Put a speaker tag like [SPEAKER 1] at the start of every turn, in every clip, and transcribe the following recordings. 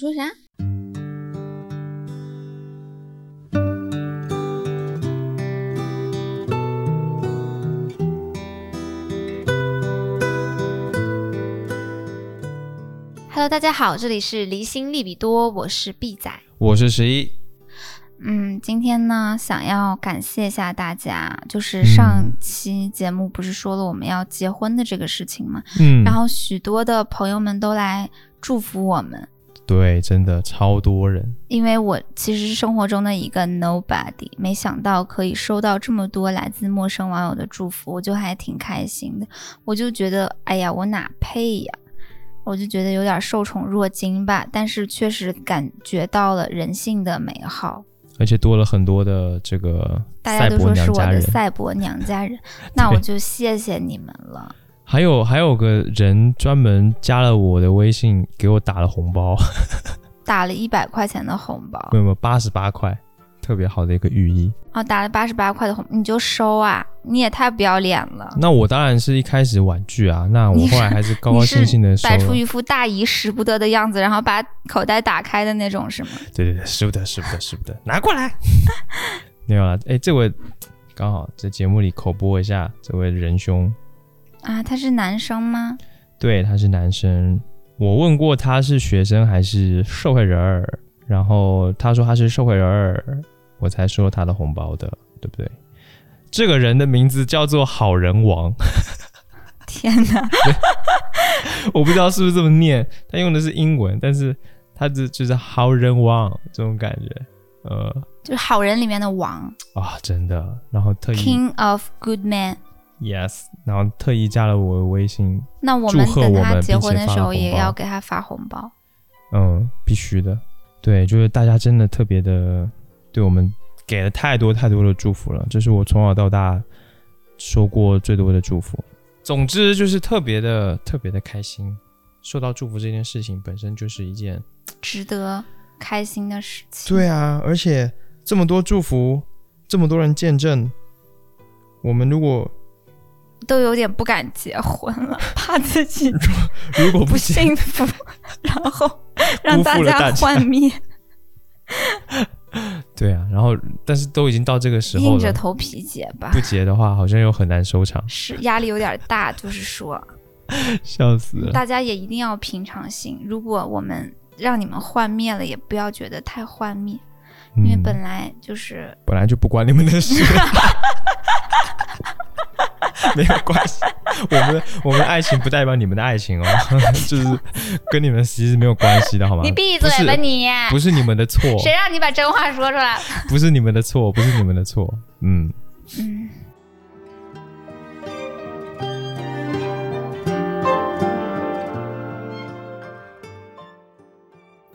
[SPEAKER 1] 你说啥？
[SPEAKER 2] Hello，大家好，这里是离心利比多，我是 B 仔。
[SPEAKER 3] 我是十一，
[SPEAKER 2] 嗯，今天呢，想要感谢一下大家，就是上
[SPEAKER 3] 嗯
[SPEAKER 2] 期节目不是说了我们要结婚的这个事情嘛，
[SPEAKER 3] 嗯
[SPEAKER 2] 然后许多的朋友们都来祝福我们，
[SPEAKER 3] 对，真的超多人，
[SPEAKER 2] 因为我其实是生活中的一个 nobody，没想到可以收到这么多来自陌生网友的祝福，我就还挺开心的。我就觉得，哎呀，我哪配呀？我就觉得有点受宠若惊吧，但是确实感觉到了人性的美好。
[SPEAKER 3] 而且多了很多的这个
[SPEAKER 2] 大家
[SPEAKER 3] 赛
[SPEAKER 2] 都
[SPEAKER 3] 博
[SPEAKER 2] 说是
[SPEAKER 3] 娘
[SPEAKER 2] 我
[SPEAKER 3] 家
[SPEAKER 2] 的
[SPEAKER 3] 人，
[SPEAKER 2] 赛博娘家 人，那我就谢谢你们了。
[SPEAKER 3] 还有还有个人专门加了我的微信，给我打了红
[SPEAKER 2] 哦
[SPEAKER 3] 包，
[SPEAKER 2] 打了一百块钱的红包
[SPEAKER 3] 没有没有，八十八块，特别好的一个寓意。
[SPEAKER 2] 哦，打了八十八块的红，你就收啊！你也太不要脸了，
[SPEAKER 3] 那我当然是一开始婉拒啊，那
[SPEAKER 2] 哦你
[SPEAKER 3] 我
[SPEAKER 2] 是
[SPEAKER 3] 后来还是高高兴兴的收
[SPEAKER 2] 摆
[SPEAKER 3] 了。
[SPEAKER 2] 出一副大姨使不得的样子，然后把口袋打开的那种是吗？
[SPEAKER 3] 对对对，使不得，使不得，使不得，拿过来。 没有啦，哎，这位刚好在节目里口播一下，这位仁兄，
[SPEAKER 2] 啊，他是男生吗？
[SPEAKER 3] 对，他是男生。我问过他是学生还是社会人儿，然后他说他是社会人儿，我才收他的红包的，对不对？这个人的名字叫做好人王，
[SPEAKER 2] 天哪，
[SPEAKER 3] 我不知道是不是这么念，他用的是英文，但是他这就是好人王这种感觉，呃
[SPEAKER 2] 就是好人里面的王
[SPEAKER 3] 啊，真的，然后特意
[SPEAKER 2] ，King of Good Man。
[SPEAKER 3] Yes，然后特意加了我的微信，
[SPEAKER 2] 那我
[SPEAKER 3] 祝
[SPEAKER 2] 们
[SPEAKER 3] 贺
[SPEAKER 2] 等
[SPEAKER 3] 我
[SPEAKER 2] 他
[SPEAKER 3] 们
[SPEAKER 2] 结
[SPEAKER 3] 并
[SPEAKER 2] 婚
[SPEAKER 3] 且
[SPEAKER 2] 的
[SPEAKER 3] 发
[SPEAKER 2] 时
[SPEAKER 3] 了
[SPEAKER 2] 候
[SPEAKER 3] 红
[SPEAKER 2] 也
[SPEAKER 3] 包
[SPEAKER 2] 要给他发红包。
[SPEAKER 3] 嗯，必须的，对，就是大家真的特别的对我们给了太多太多的祝福了，这是我从小到大收过最多的祝福。总之就是特别的特别的开心，受到祝福这件事情本身就是一件
[SPEAKER 2] 值得开心的事情。
[SPEAKER 3] 对啊，而且这么多祝福，这么多人见证，我们如 果
[SPEAKER 2] 都有点不敢结婚 了，怕自己
[SPEAKER 3] 如果
[SPEAKER 2] 不幸
[SPEAKER 3] 行。
[SPEAKER 2] 福，然后让大
[SPEAKER 3] 辜负了大
[SPEAKER 2] 家
[SPEAKER 3] 家
[SPEAKER 2] 幻灭，
[SPEAKER 3] 对啊，然后但是都已经到这个时候
[SPEAKER 2] 硬着
[SPEAKER 3] 了，
[SPEAKER 2] 头皮结吧
[SPEAKER 3] 不。结的话好像又很难收场。
[SPEAKER 2] 是压力有点大，就是说，
[SPEAKER 3] 笑死了。
[SPEAKER 2] 大家也一定要平常心。如果我们让你们幻灭了，也不要觉得太幻灭，因为本
[SPEAKER 3] 嗯、
[SPEAKER 2] 来就是
[SPEAKER 3] 本来就不关你们的 事，没有关系。我们的我们的爱情不代表你们的爱情哦， 就是跟你们其实没有关系的，好吗？
[SPEAKER 2] 你闭嘴吧
[SPEAKER 3] 不是
[SPEAKER 2] 你！啊
[SPEAKER 3] 不是你们的错，
[SPEAKER 2] 谁让你把真话说出来？
[SPEAKER 3] 不是你们的错，不是你们的错。嗯，
[SPEAKER 2] 嗯，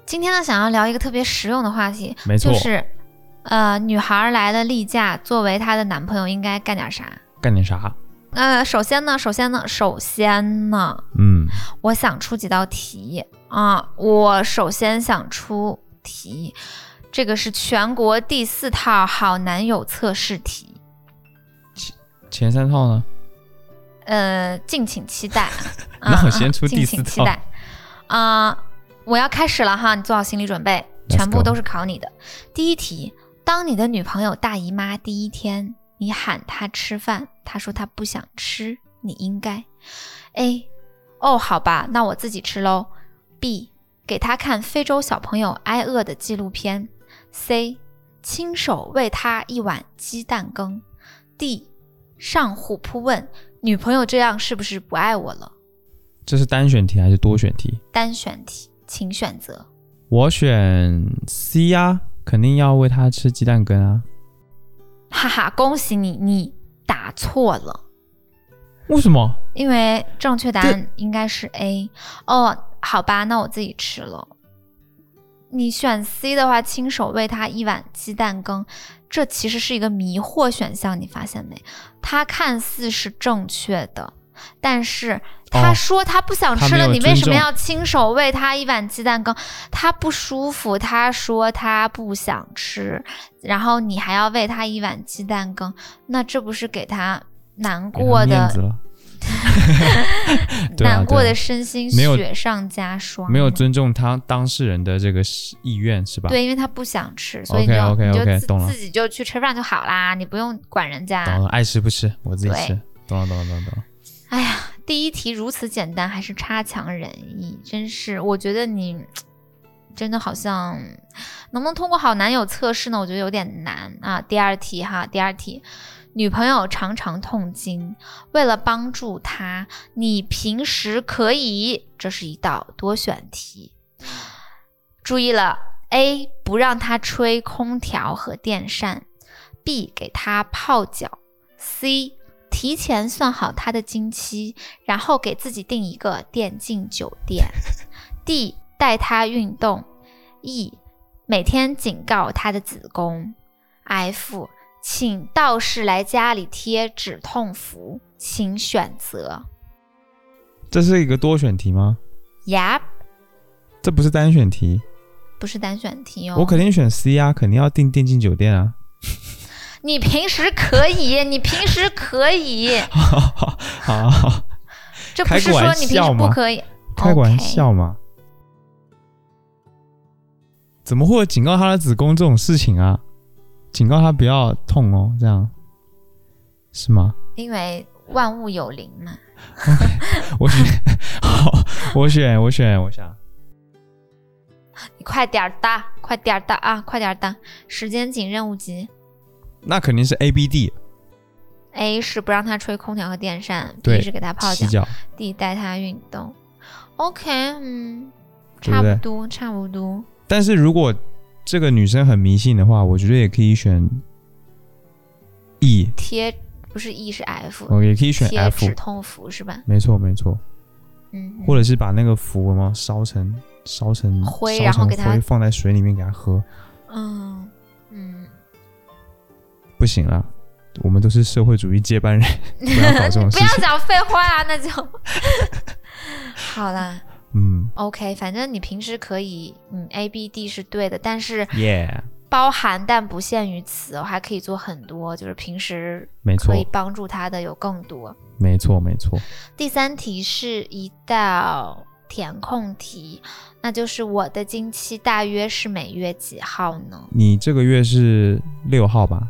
[SPEAKER 1] 今天呢，想要聊一个特别实用的话题，
[SPEAKER 3] 没错，
[SPEAKER 1] 就是，呃，女孩来了例假，作为她的男朋友应该干点啥？
[SPEAKER 3] 干点啥？
[SPEAKER 1] 呃，首先呢，首先呢，首先呢，
[SPEAKER 3] 嗯，
[SPEAKER 1] 我想出几道题啊！我首先想出题，这个是全国第四套好男友测试题，
[SPEAKER 3] 前三套呢？
[SPEAKER 1] 呃，敬请期待。啊
[SPEAKER 3] 那我先出
[SPEAKER 1] 啊敬
[SPEAKER 3] 第四
[SPEAKER 1] 请期
[SPEAKER 3] 套
[SPEAKER 1] 待。啊、我要开始了哈，你做好心理准备，
[SPEAKER 3] Let's
[SPEAKER 1] 全部
[SPEAKER 3] go
[SPEAKER 1] 都是考你的。第一题，当你的女朋友大姨妈第一天，你喊她吃饭，她说她不想吃，你应该 A，哦，好吧，那我自己吃喽。B，给她看非洲小朋友挨饿的纪录片。C，亲手喂她一碗鸡蛋羹。D，上虎扑问女朋友这样是不是不爱我了？
[SPEAKER 3] 这是单选题还是多选题？
[SPEAKER 1] 单选题，请选择。
[SPEAKER 3] 我选 C 呀、肯定要喂他吃鸡蛋羹啊。
[SPEAKER 1] 哈哈，恭喜你，你答错了，
[SPEAKER 3] 为什么？
[SPEAKER 1] 因为正确答案应该是 A。哦，好吧，那我自己吃了。你选 C 的话，亲手喂他一碗鸡蛋羹，这其实是一个迷惑选项，你发现没？它看似是正确的，但是他
[SPEAKER 3] 哦
[SPEAKER 1] 说他不想
[SPEAKER 3] 他
[SPEAKER 1] 吃
[SPEAKER 3] 没
[SPEAKER 1] 了，
[SPEAKER 3] 有
[SPEAKER 1] 你为
[SPEAKER 3] 尊
[SPEAKER 1] 什么
[SPEAKER 3] 重
[SPEAKER 1] 要亲手喂他一碗鸡蛋羹？他不舒服，他说他不想吃，然后你还要喂他一碗鸡蛋羹，那这不是给他难
[SPEAKER 3] 给他
[SPEAKER 1] 过
[SPEAKER 3] 面子
[SPEAKER 1] 的？
[SPEAKER 3] 了。
[SPEAKER 4] 对啊
[SPEAKER 1] 难过的身心
[SPEAKER 3] 没有
[SPEAKER 1] 雪上加霜，
[SPEAKER 3] 没有尊重他当事人的这个意愿是吧？，
[SPEAKER 1] 对，因为他不想吃，所以你
[SPEAKER 3] OK，
[SPEAKER 1] 就
[SPEAKER 3] OK，
[SPEAKER 1] 你就
[SPEAKER 3] OK，
[SPEAKER 1] 自
[SPEAKER 3] 懂了
[SPEAKER 1] 自己就去吃饭就好啦，你不用管人家。
[SPEAKER 3] 懂了，爱吃不吃，我自己
[SPEAKER 1] 对
[SPEAKER 3] 吃。懂了，懂了，懂了，懂了。
[SPEAKER 1] 哎呀，第一题如此简单，还是差强人意，真是，我觉得你真的好像能不能通过好男友测试呢？我觉得有点难啊。第二题哈，第二题，女朋友常常痛经，为了帮助她，你平时可以，这是一道多选题，注意了：A 不让她吹空调和电扇，B 给她泡脚，C 提前算好她的经期，然后给自己订一个电竞酒店，D 带她运动，E 每天警告她的子宫，F 请道士来家里贴止痛符，请选择。
[SPEAKER 3] 这是一个多选题吗？
[SPEAKER 1] Yep，
[SPEAKER 3] 这不是单选题，
[SPEAKER 1] 不是单选题哦。
[SPEAKER 3] 我肯定选 C 啊，肯定要订电竞酒店啊。
[SPEAKER 1] 你平时可以，你平时可 以，
[SPEAKER 3] 好好好好，
[SPEAKER 1] 这不是
[SPEAKER 3] 开个
[SPEAKER 1] 说
[SPEAKER 3] 玩
[SPEAKER 1] 你平
[SPEAKER 3] 笑
[SPEAKER 1] 时不
[SPEAKER 3] 嘛
[SPEAKER 1] 可以。
[SPEAKER 3] 开玩笑嘛。怎么会有警告她的子宫这种事情啊？警告她不要痛哦，这样是吗？
[SPEAKER 1] 因为万物有灵嘛。
[SPEAKER 3] 我选， 好，我选，我选，我想，
[SPEAKER 1] 你快点儿的，快点儿的啊，快点儿的，时间紧，任务急。
[SPEAKER 3] 那肯定是 A B D
[SPEAKER 1] A 是不让他吹空调和电扇
[SPEAKER 3] 对
[SPEAKER 1] ，B 是给他泡
[SPEAKER 3] 洗
[SPEAKER 1] 脚
[SPEAKER 3] 脚，
[SPEAKER 1] ，D 带他运动。OK，嗯，
[SPEAKER 3] 对
[SPEAKER 1] 差
[SPEAKER 3] 不对
[SPEAKER 1] 不多，差不多。
[SPEAKER 3] 但是如果这个女生很迷信的话，我觉得也可以选 E，
[SPEAKER 1] 贴不是 E 是 F，
[SPEAKER 3] 我也可以嗯选
[SPEAKER 1] 贴
[SPEAKER 3] F，
[SPEAKER 1] 止痛符是吧？
[SPEAKER 3] 没错没错，
[SPEAKER 1] 嗯，
[SPEAKER 3] 或者是把那个符嘛烧成烧成
[SPEAKER 1] 灰
[SPEAKER 3] 烧
[SPEAKER 1] 然后
[SPEAKER 3] 成
[SPEAKER 1] 给它
[SPEAKER 3] 灰放在水里面给她喝，
[SPEAKER 1] 嗯嗯，
[SPEAKER 3] 不行了，我们都是社会主义接班人，不要搞这种
[SPEAKER 1] 不
[SPEAKER 3] 事
[SPEAKER 1] 要
[SPEAKER 3] 情。
[SPEAKER 1] 讲废话啊，那就 好啦。
[SPEAKER 3] 嗯
[SPEAKER 1] OK，反正你平时可以，嗯，A、B、D 是对的，但是
[SPEAKER 3] ，Yeah，
[SPEAKER 1] 包含但不限于此，我还可以做很多，就是平时
[SPEAKER 3] 没错
[SPEAKER 1] 可，以帮助他的有更多。
[SPEAKER 3] 没错，没错。
[SPEAKER 1] 第三题是一道填空题，那就是我的经期大约是每月几号呢？
[SPEAKER 3] 你这个月是六号吧？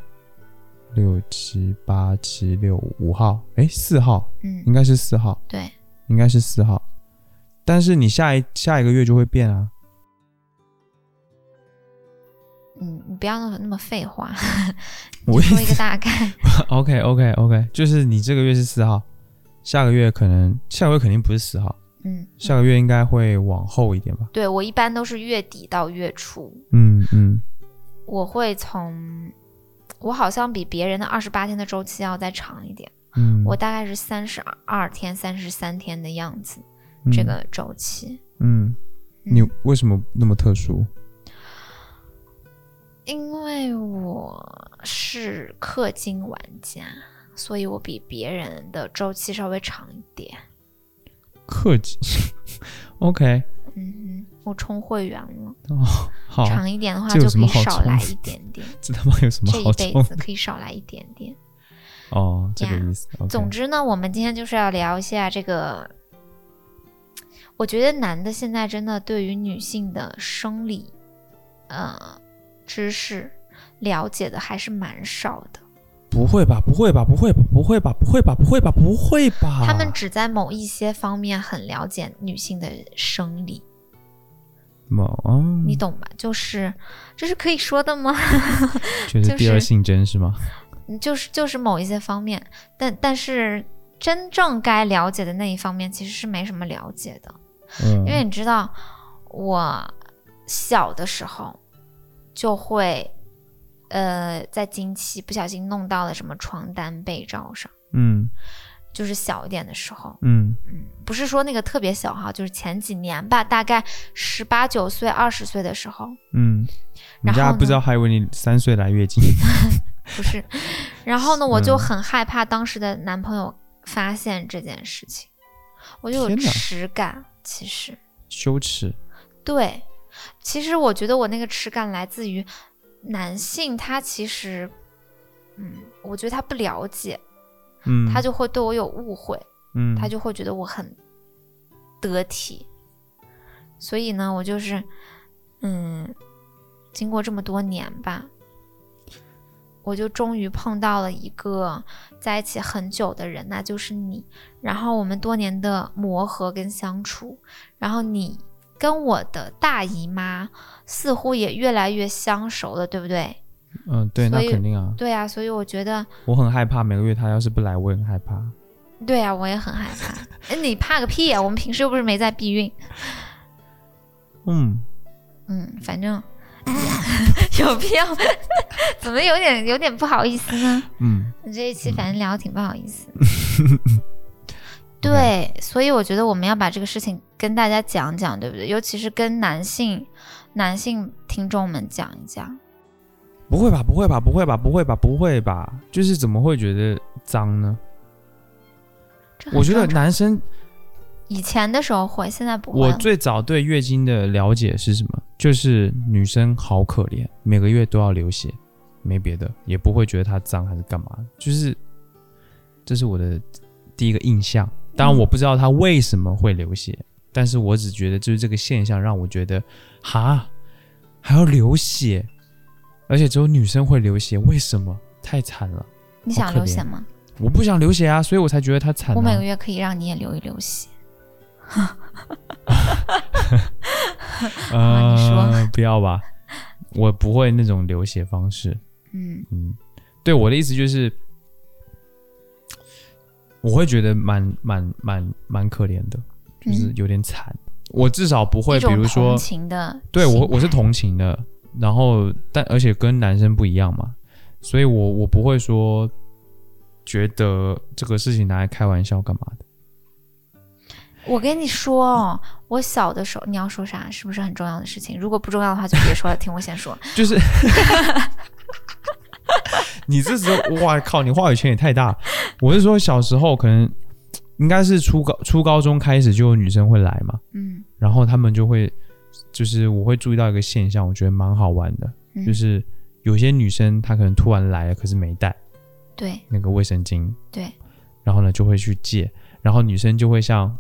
[SPEAKER 3] 六七八七六五号，哎，四号应
[SPEAKER 1] 嗯，
[SPEAKER 3] 该是四号，
[SPEAKER 1] 对，
[SPEAKER 3] 应该是四号。但是你下一下一个月就会变 啊，
[SPEAKER 1] 嗯，你不要那么那么废话，
[SPEAKER 3] 我
[SPEAKER 1] 就说一
[SPEAKER 3] 一
[SPEAKER 1] 个
[SPEAKER 3] 直
[SPEAKER 1] 大 概。
[SPEAKER 3] OK OK OK，就是你这个月是四号，下个月可能下个月肯定不是四号，
[SPEAKER 1] 嗯，
[SPEAKER 3] 下个月应该会往后一点吧。
[SPEAKER 1] 对我一般都是月底到月初，
[SPEAKER 3] 嗯嗯，
[SPEAKER 1] 我会从，我好像比别人的二十八天的周期要再长一点，
[SPEAKER 3] 嗯，
[SPEAKER 1] 啊我大概是三十二天、三十三天的样子，
[SPEAKER 3] 嗯
[SPEAKER 1] 这个周期。
[SPEAKER 3] 嗯，你
[SPEAKER 1] 嗯
[SPEAKER 3] 为什么那么特殊？
[SPEAKER 1] 因为我是氪金玩家，所以我比别人的周期稍微长一点。
[SPEAKER 3] 氪金 ？OK，
[SPEAKER 1] 嗯哼，我充会员了，
[SPEAKER 3] 哦，好，
[SPEAKER 1] 长一点的话
[SPEAKER 3] 这有
[SPEAKER 1] 就
[SPEAKER 3] 什
[SPEAKER 1] 可
[SPEAKER 3] 么
[SPEAKER 1] 以
[SPEAKER 3] 好
[SPEAKER 1] 少
[SPEAKER 3] 充
[SPEAKER 1] 来
[SPEAKER 3] 的
[SPEAKER 1] 一点点，
[SPEAKER 3] 这他妈有什么
[SPEAKER 1] 这一
[SPEAKER 3] 好
[SPEAKER 1] 辈
[SPEAKER 3] 冲？
[SPEAKER 1] 子可以少来一点点。
[SPEAKER 3] 哦，这个
[SPEAKER 1] 呀
[SPEAKER 3] 意思。o k
[SPEAKER 1] 总之呢，我们今天就是要聊一下这个。我觉得男的现在真的对于女性的生理，呃，知识了解的还是蛮少的。
[SPEAKER 3] 不会吧？不会吧？不会吧？不会吧？不会吧？不会吧？不会吧？
[SPEAKER 1] 他们只在某一些方面很了解女性的生理，
[SPEAKER 3] 么啊？
[SPEAKER 1] 你懂吧？就是，这是可以说的吗？
[SPEAKER 3] 就是
[SPEAKER 1] 就
[SPEAKER 3] 第二
[SPEAKER 1] 是
[SPEAKER 3] 性征是吗？
[SPEAKER 1] 就是就是某一些方面，但但是真正该了解的那一方面其实是没什么了解的。
[SPEAKER 3] 嗯，
[SPEAKER 1] 因为你知道，我小的时候就会，呃，在经期不小心弄到了什么床单被罩上，
[SPEAKER 3] 嗯
[SPEAKER 1] 就是小一点的时候，
[SPEAKER 3] 嗯
[SPEAKER 1] 不是说那个特别小哈，就是前几年吧，大概十八九岁、二十岁的时候，
[SPEAKER 3] 嗯，
[SPEAKER 1] 然
[SPEAKER 3] 人家
[SPEAKER 1] 后
[SPEAKER 3] 不
[SPEAKER 1] 呢
[SPEAKER 3] 知道还以为你三岁来月经。
[SPEAKER 1] 不是。然后呢，我就
[SPEAKER 3] 嗯
[SPEAKER 1] 很害怕当时的男朋友发现这件事情，我就有
[SPEAKER 3] 天哪
[SPEAKER 1] 耻感，其实。
[SPEAKER 3] 羞耻，
[SPEAKER 1] 对，其实我觉得我那个耻感来自于男性，他其实，嗯，我觉得他不了解，
[SPEAKER 3] 嗯，
[SPEAKER 1] 他就会对我有误会，
[SPEAKER 3] 嗯，
[SPEAKER 1] 他就会觉得我很得体。所以呢，我就是，嗯，经过这么多年吧，我就终于碰到了一个在一起很久的人，那就是你。然后我们多年的磨合跟相处，然后你跟我的大姨妈似乎也越来越相熟了，对不对？
[SPEAKER 3] 嗯，对，那
[SPEAKER 1] 所以
[SPEAKER 3] 肯定啊，
[SPEAKER 1] 对啊，所以我觉得，
[SPEAKER 3] 我很害怕，每个月他要是不来，我也很害怕。
[SPEAKER 1] 对啊，我也很害怕。 哎你怕个屁呀、我们平时又不是没在避孕。
[SPEAKER 3] 嗯，
[SPEAKER 1] 嗯，反 正有必要， 怎么有点有点不好意思 呢？
[SPEAKER 3] 嗯，
[SPEAKER 1] 你这一期反正聊得挺不好意思。对，
[SPEAKER 3] 嗯
[SPEAKER 1] 所以我觉得我们要把这个事情跟大家讲讲，对不对？尤其是跟男性男性听众们讲一讲。
[SPEAKER 3] 不会吧，不会吧，不会吧，不会吧，不会吧，就是怎么会觉得脏呢？
[SPEAKER 1] 这很
[SPEAKER 3] 我觉得
[SPEAKER 1] 正常
[SPEAKER 3] 男生，
[SPEAKER 1] 以前的时候会，现在不会
[SPEAKER 3] 我
[SPEAKER 1] 了。
[SPEAKER 3] 最早对月经的了解是什么？就是女生好可怜，每个月都要流血，没别的，也不会觉得她脏还是干嘛的，就是这是我的第一个印象。当然我不知道她为什么会流血，但是我只觉得就是这个现象让我觉得，哈，还要流血，而且只有女生会流血，为什么？太惨了，
[SPEAKER 1] 你
[SPEAKER 3] 好
[SPEAKER 1] 想
[SPEAKER 3] 可
[SPEAKER 1] 流血
[SPEAKER 3] 怜
[SPEAKER 1] 吗？
[SPEAKER 3] 我不想流血啊，所以我才觉得她惨、啊。
[SPEAKER 1] 我 每个月可以让你也流一流血。啊你说
[SPEAKER 3] 呃，不要吧，我不会那种流血方式。
[SPEAKER 1] 嗯
[SPEAKER 3] 嗯，对，我的意思就是，我会觉得蛮蛮蛮蛮可怜的，就是
[SPEAKER 1] 嗯
[SPEAKER 3] 有点惨。我至少不会，
[SPEAKER 1] 一
[SPEAKER 3] 比
[SPEAKER 1] 种
[SPEAKER 3] 如说
[SPEAKER 1] 同，情的
[SPEAKER 3] 对我
[SPEAKER 1] 心
[SPEAKER 3] 我是
[SPEAKER 1] 态
[SPEAKER 3] 同情的，然后但而且跟男生不一样嘛，所以我我不会说觉得这个事情拿来开玩笑干嘛的。
[SPEAKER 1] 我跟你说哦，我小的时候，你要说啥？是不是很重要的事情？如果不重要的话，就别说了，听我先 说。
[SPEAKER 3] 就是你这时候，哇靠，你话语权也太大。我是说，小时候可能应该是初高初高中开始就有女生会来嘛，
[SPEAKER 1] 嗯，
[SPEAKER 3] 然后她们就会，就是我会注意到一个现象，我觉得蛮好玩的，
[SPEAKER 1] 嗯
[SPEAKER 3] 就是有些女生她可能突然来了，可是没带
[SPEAKER 1] 对
[SPEAKER 3] 那个卫生巾，
[SPEAKER 1] 对，
[SPEAKER 3] 然后呢就会去借，然后女生就会像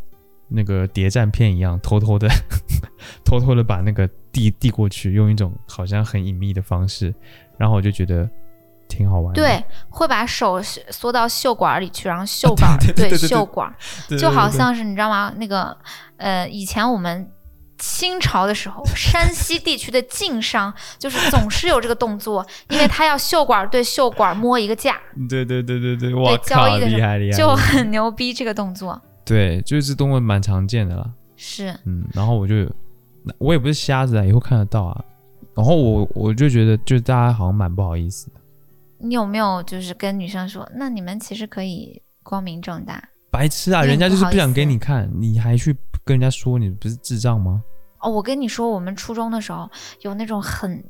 [SPEAKER 3] 那个谍战片一样，偷偷的 偷偷的把那个递递过去，用一种好像很隐秘的方式，然后我就觉得挺好玩的。
[SPEAKER 1] 对，会把手缩到袖管里去，然后袖管、
[SPEAKER 3] 对对对对对
[SPEAKER 1] 袖管
[SPEAKER 3] 对，对
[SPEAKER 1] 就好
[SPEAKER 3] 对
[SPEAKER 1] 像是你知道吗？那个呃，以前我们。清朝的时候，山西地区的晋商就是总是有这个动作，因为他要袖管对袖管摸一个 架，
[SPEAKER 3] 对对对对对，哇
[SPEAKER 1] 对交
[SPEAKER 3] 靠，
[SPEAKER 1] 易的时候
[SPEAKER 3] 厉害厉害，
[SPEAKER 1] 就
[SPEAKER 3] 厉害
[SPEAKER 1] 很牛逼。这个动作
[SPEAKER 3] 对，就是动物蛮常见的啦。
[SPEAKER 1] 是
[SPEAKER 3] 嗯，然后我就那我也不是瞎子啊，以后看得到啊。然后我我就觉得，就大家好像蛮不好意思的，
[SPEAKER 1] 你有没有就是跟女生说，那你们其实可以光明正大，
[SPEAKER 3] 白痴啊，
[SPEAKER 1] 有点
[SPEAKER 3] 人家就是
[SPEAKER 1] 不好
[SPEAKER 3] 不
[SPEAKER 1] 意
[SPEAKER 3] 想
[SPEAKER 1] 思
[SPEAKER 3] 给你看，你还去跟人家说你不是智障吗？
[SPEAKER 1] 哦，我跟你说，我们初中的时候有那种很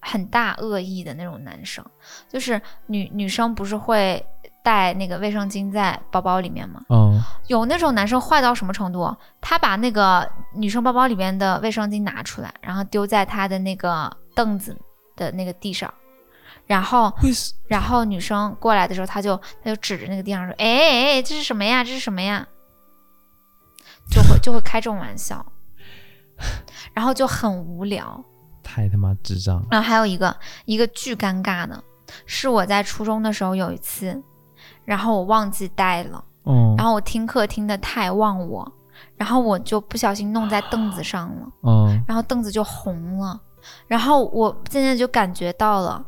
[SPEAKER 1] 很大恶意的那种男生，就是女女生不是会带那个卫生巾在包包里面吗？
[SPEAKER 3] 嗯，
[SPEAKER 1] 有那种男生坏到什么程度？他把那个女生包包里面的卫生巾拿出来，然后丢在他的那个凳子的那个地上，然后
[SPEAKER 3] 为什
[SPEAKER 1] 然后女生过来的时候，他就他就指着那个地上说：“哎哎，哎这是什么呀？这是什么呀？”就会就会开这种玩笑，然后就很无聊。
[SPEAKER 3] 太他妈智障了。
[SPEAKER 1] 然后还有一个一个巨尴尬的，是我在初中的时候有一次，然后我忘记带了，
[SPEAKER 3] 哦，
[SPEAKER 1] 然后我听课听得太忘我，然后我就不小心弄在凳子上了。
[SPEAKER 3] 嗯，
[SPEAKER 1] 然后凳子就红了，然后我渐渐就感觉到了。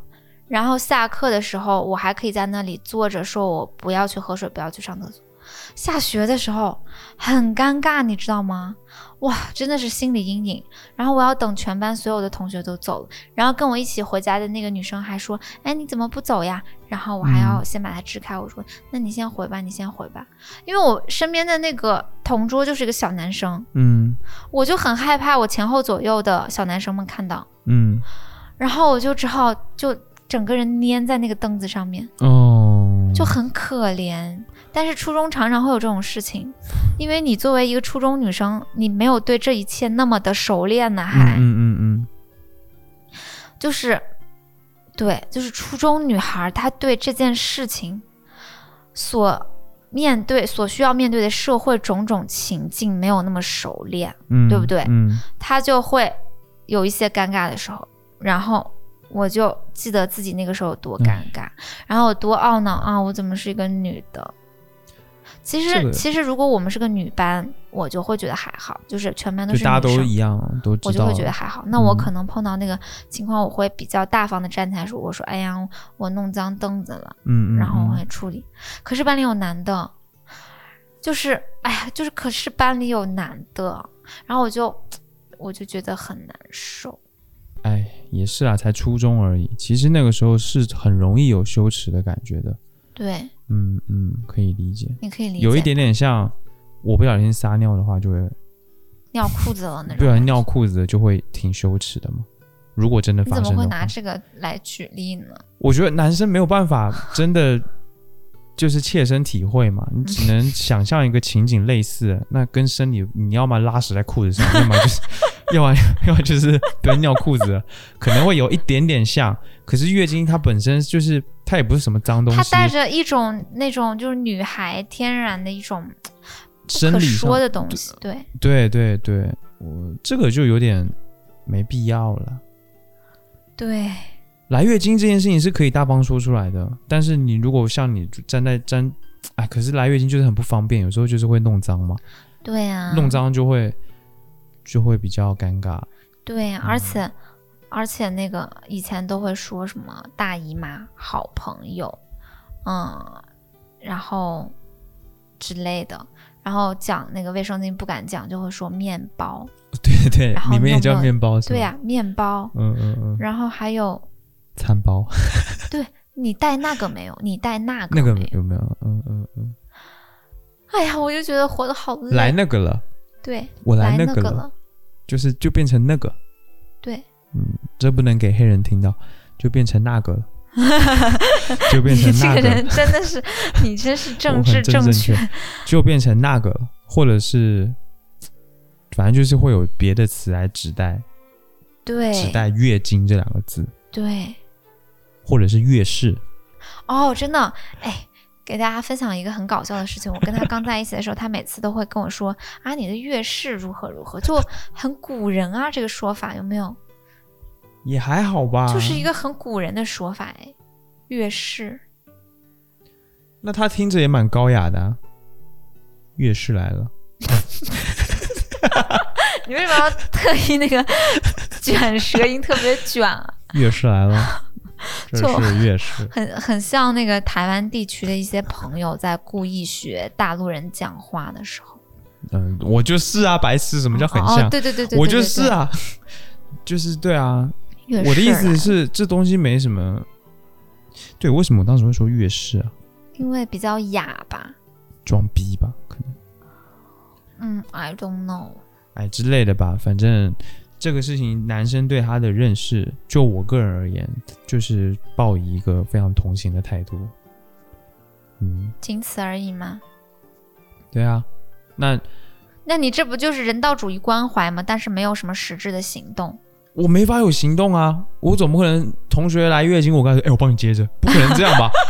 [SPEAKER 1] 然后下课的时候，我还可以在那里坐着，说我不要去喝水，不要去上厕所。下学的时候很尴尬，你知道吗？哇，真的是心理阴影。然后我要等全班所有的同学都走了，然后跟我一起回家的那个女生还说：“哎，你怎么不走呀？”然后我还要先把她支开，我说：“那你先回吧，你先回吧。”因为我身边的那个同桌就是一个小男生，
[SPEAKER 3] 嗯
[SPEAKER 1] 我就很害怕我前后左右的小男生们看到，
[SPEAKER 3] 嗯，
[SPEAKER 1] 然后我就只好就整个人粘在那个凳子上面，
[SPEAKER 3] 哦，
[SPEAKER 1] 就很可怜。但是初中常常会有这种事情，因为你作为一个初中女生，你没有对这一切那么的熟练呢，还、
[SPEAKER 3] 嗯嗯嗯
[SPEAKER 1] 就是，对，就是初中女孩她对这件事情所面对所需要面对的社会种种情境没有那么熟练，
[SPEAKER 3] 嗯，
[SPEAKER 1] 对不对
[SPEAKER 3] 嗯，
[SPEAKER 1] 他就会有一些尴尬的时候。然后我就记得自己那个时候有多尴尬，
[SPEAKER 3] 嗯
[SPEAKER 1] 然后有多懊恼啊，我怎么是一个女的？其实，
[SPEAKER 3] 这个
[SPEAKER 1] 其实如果我们是个女班，我就会觉得还好，就是全班都
[SPEAKER 3] 就是大家
[SPEAKER 1] 女
[SPEAKER 3] 都
[SPEAKER 1] 生
[SPEAKER 3] 一样，都知道，
[SPEAKER 1] 我就会觉得还好。那我
[SPEAKER 3] 嗯
[SPEAKER 1] 可能碰到那个情况，我会比较大方的站起来说：“我说，哎呀，我弄脏凳子了，
[SPEAKER 3] 嗯，嗯，
[SPEAKER 1] 然后我
[SPEAKER 3] 嗯
[SPEAKER 1] 会处理。可是班里有男的，就是哎呀，就是可是班里有男的，然后我就我就觉得很难受。
[SPEAKER 3] 哎，也是啊，才初中而已，其实那个时候是很容易有羞耻的感觉的，
[SPEAKER 1] 对，
[SPEAKER 3] 嗯嗯，可以理解，
[SPEAKER 1] 你可以理解，
[SPEAKER 3] 有一点点像我不小心撒尿的话，就会
[SPEAKER 1] 尿裤子了那
[SPEAKER 3] 不小心
[SPEAKER 1] 种。
[SPEAKER 3] 尿裤子就会挺羞耻的嘛。如果真的
[SPEAKER 1] 你
[SPEAKER 3] 发
[SPEAKER 1] 怎
[SPEAKER 3] 生
[SPEAKER 1] 么
[SPEAKER 3] 的话，
[SPEAKER 1] 会拿这个来举例呢？
[SPEAKER 3] 我觉得男生没有办法真的就是切身体会嘛，你只能想象一个情景类似，那跟生理，你要么拉屎在裤子上，要么就是， 要么要么就是不要尿裤子，可能会有一点点像。可是月经它本身就是它也不是什么脏东
[SPEAKER 1] 它
[SPEAKER 3] 西，
[SPEAKER 1] 带着一种那种就是女孩天然的一种不
[SPEAKER 3] 生
[SPEAKER 1] 可
[SPEAKER 3] 理
[SPEAKER 1] 说
[SPEAKER 3] 上，
[SPEAKER 1] 的东西，对，
[SPEAKER 3] 对对对，我这个就有点没必要了。
[SPEAKER 1] 对，
[SPEAKER 3] 来月经这件事情是可以大方说出来的，但是你如果像你站在站，哎，可是来月经就是很不方便，有时候就是会弄脏嘛，
[SPEAKER 1] 对呀、啊，
[SPEAKER 3] 弄脏就会就会比较尴尬。
[SPEAKER 1] 对，而
[SPEAKER 3] 嗯
[SPEAKER 1] 且、而且那个以前都会说什么大姨妈、好朋友，嗯，然后之类的，然后讲那个卫生巾不敢讲，就会说面包，
[SPEAKER 3] 对对
[SPEAKER 1] 然，后
[SPEAKER 3] 你们也叫
[SPEAKER 1] 弄个
[SPEAKER 3] 面包是吧？
[SPEAKER 1] 对呀、面包，
[SPEAKER 3] 嗯嗯嗯，
[SPEAKER 1] 然后还有
[SPEAKER 3] 餐包
[SPEAKER 1] 你带那个没有？你带那个
[SPEAKER 3] 那个
[SPEAKER 1] 没有？
[SPEAKER 3] 有没有？嗯嗯嗯，
[SPEAKER 1] 哎呀，我就觉得活得好累，
[SPEAKER 3] 来那个了，
[SPEAKER 1] 对，
[SPEAKER 3] 我
[SPEAKER 1] 来
[SPEAKER 3] 来那
[SPEAKER 1] 个
[SPEAKER 3] 个了，就是就变成那个，
[SPEAKER 1] 对，
[SPEAKER 3] 嗯，这不能给黑人听到，就变成那个 了，就变成
[SPEAKER 1] 你这
[SPEAKER 3] 那
[SPEAKER 1] 个
[SPEAKER 3] 个了。
[SPEAKER 1] 人真的是，你真是政
[SPEAKER 3] 我
[SPEAKER 1] 治
[SPEAKER 3] 很
[SPEAKER 1] 正
[SPEAKER 3] 正
[SPEAKER 1] 确
[SPEAKER 3] 确， 就变成那个，或者是反正就是会有别的词来指代指
[SPEAKER 1] 对
[SPEAKER 3] 代月经这两个字，
[SPEAKER 1] 对。
[SPEAKER 3] 或者是月事。
[SPEAKER 1] 哦，真的，哎，给大家分享一个很搞笑的事情。我跟他刚在一起的时候，他每次都会跟我说啊，你的月事如何如何，就很古人啊，这个说法有没有？
[SPEAKER 3] 也还好吧，
[SPEAKER 1] 就是一个很古人的说法，哎，月事。
[SPEAKER 3] 那他听着也蛮高雅的、啊。月事来了，
[SPEAKER 1] 你为什么 要特意那个卷舌音特别卷啊？
[SPEAKER 3] 月事来 了，这
[SPEAKER 1] 就是
[SPEAKER 3] 月事。
[SPEAKER 1] 很很像那个台湾地区的一些朋友在故意学大陆人讲话的时候。
[SPEAKER 3] 嗯，我就是啊，白痴，什么叫很
[SPEAKER 1] 哦
[SPEAKER 3] 像？
[SPEAKER 1] 哦对对对对，
[SPEAKER 3] 我
[SPEAKER 1] 对
[SPEAKER 3] 就是。啊， 就是对啊。
[SPEAKER 1] 对对
[SPEAKER 3] 我的意
[SPEAKER 1] 月事
[SPEAKER 3] 思
[SPEAKER 1] 了
[SPEAKER 3] 是，这东西没什么。对，为什么我当时会说月事啊？
[SPEAKER 1] 因为比较哑巴。
[SPEAKER 3] 装逼吧，可能。
[SPEAKER 1] 嗯，I don't know。
[SPEAKER 3] 哎之类的吧。反正这个事情，男生对他的认识，就我个人而言，就是抱以一个非常同情的态度。嗯，
[SPEAKER 1] 仅此而已吗？
[SPEAKER 3] 对啊，那
[SPEAKER 1] 那你这不就是人道主义关怀吗？但是没有什么实质的行动。
[SPEAKER 3] 我没法有行动啊，我总不可能同学来月经，我告诉哎，我帮你接着，不可能这样吧？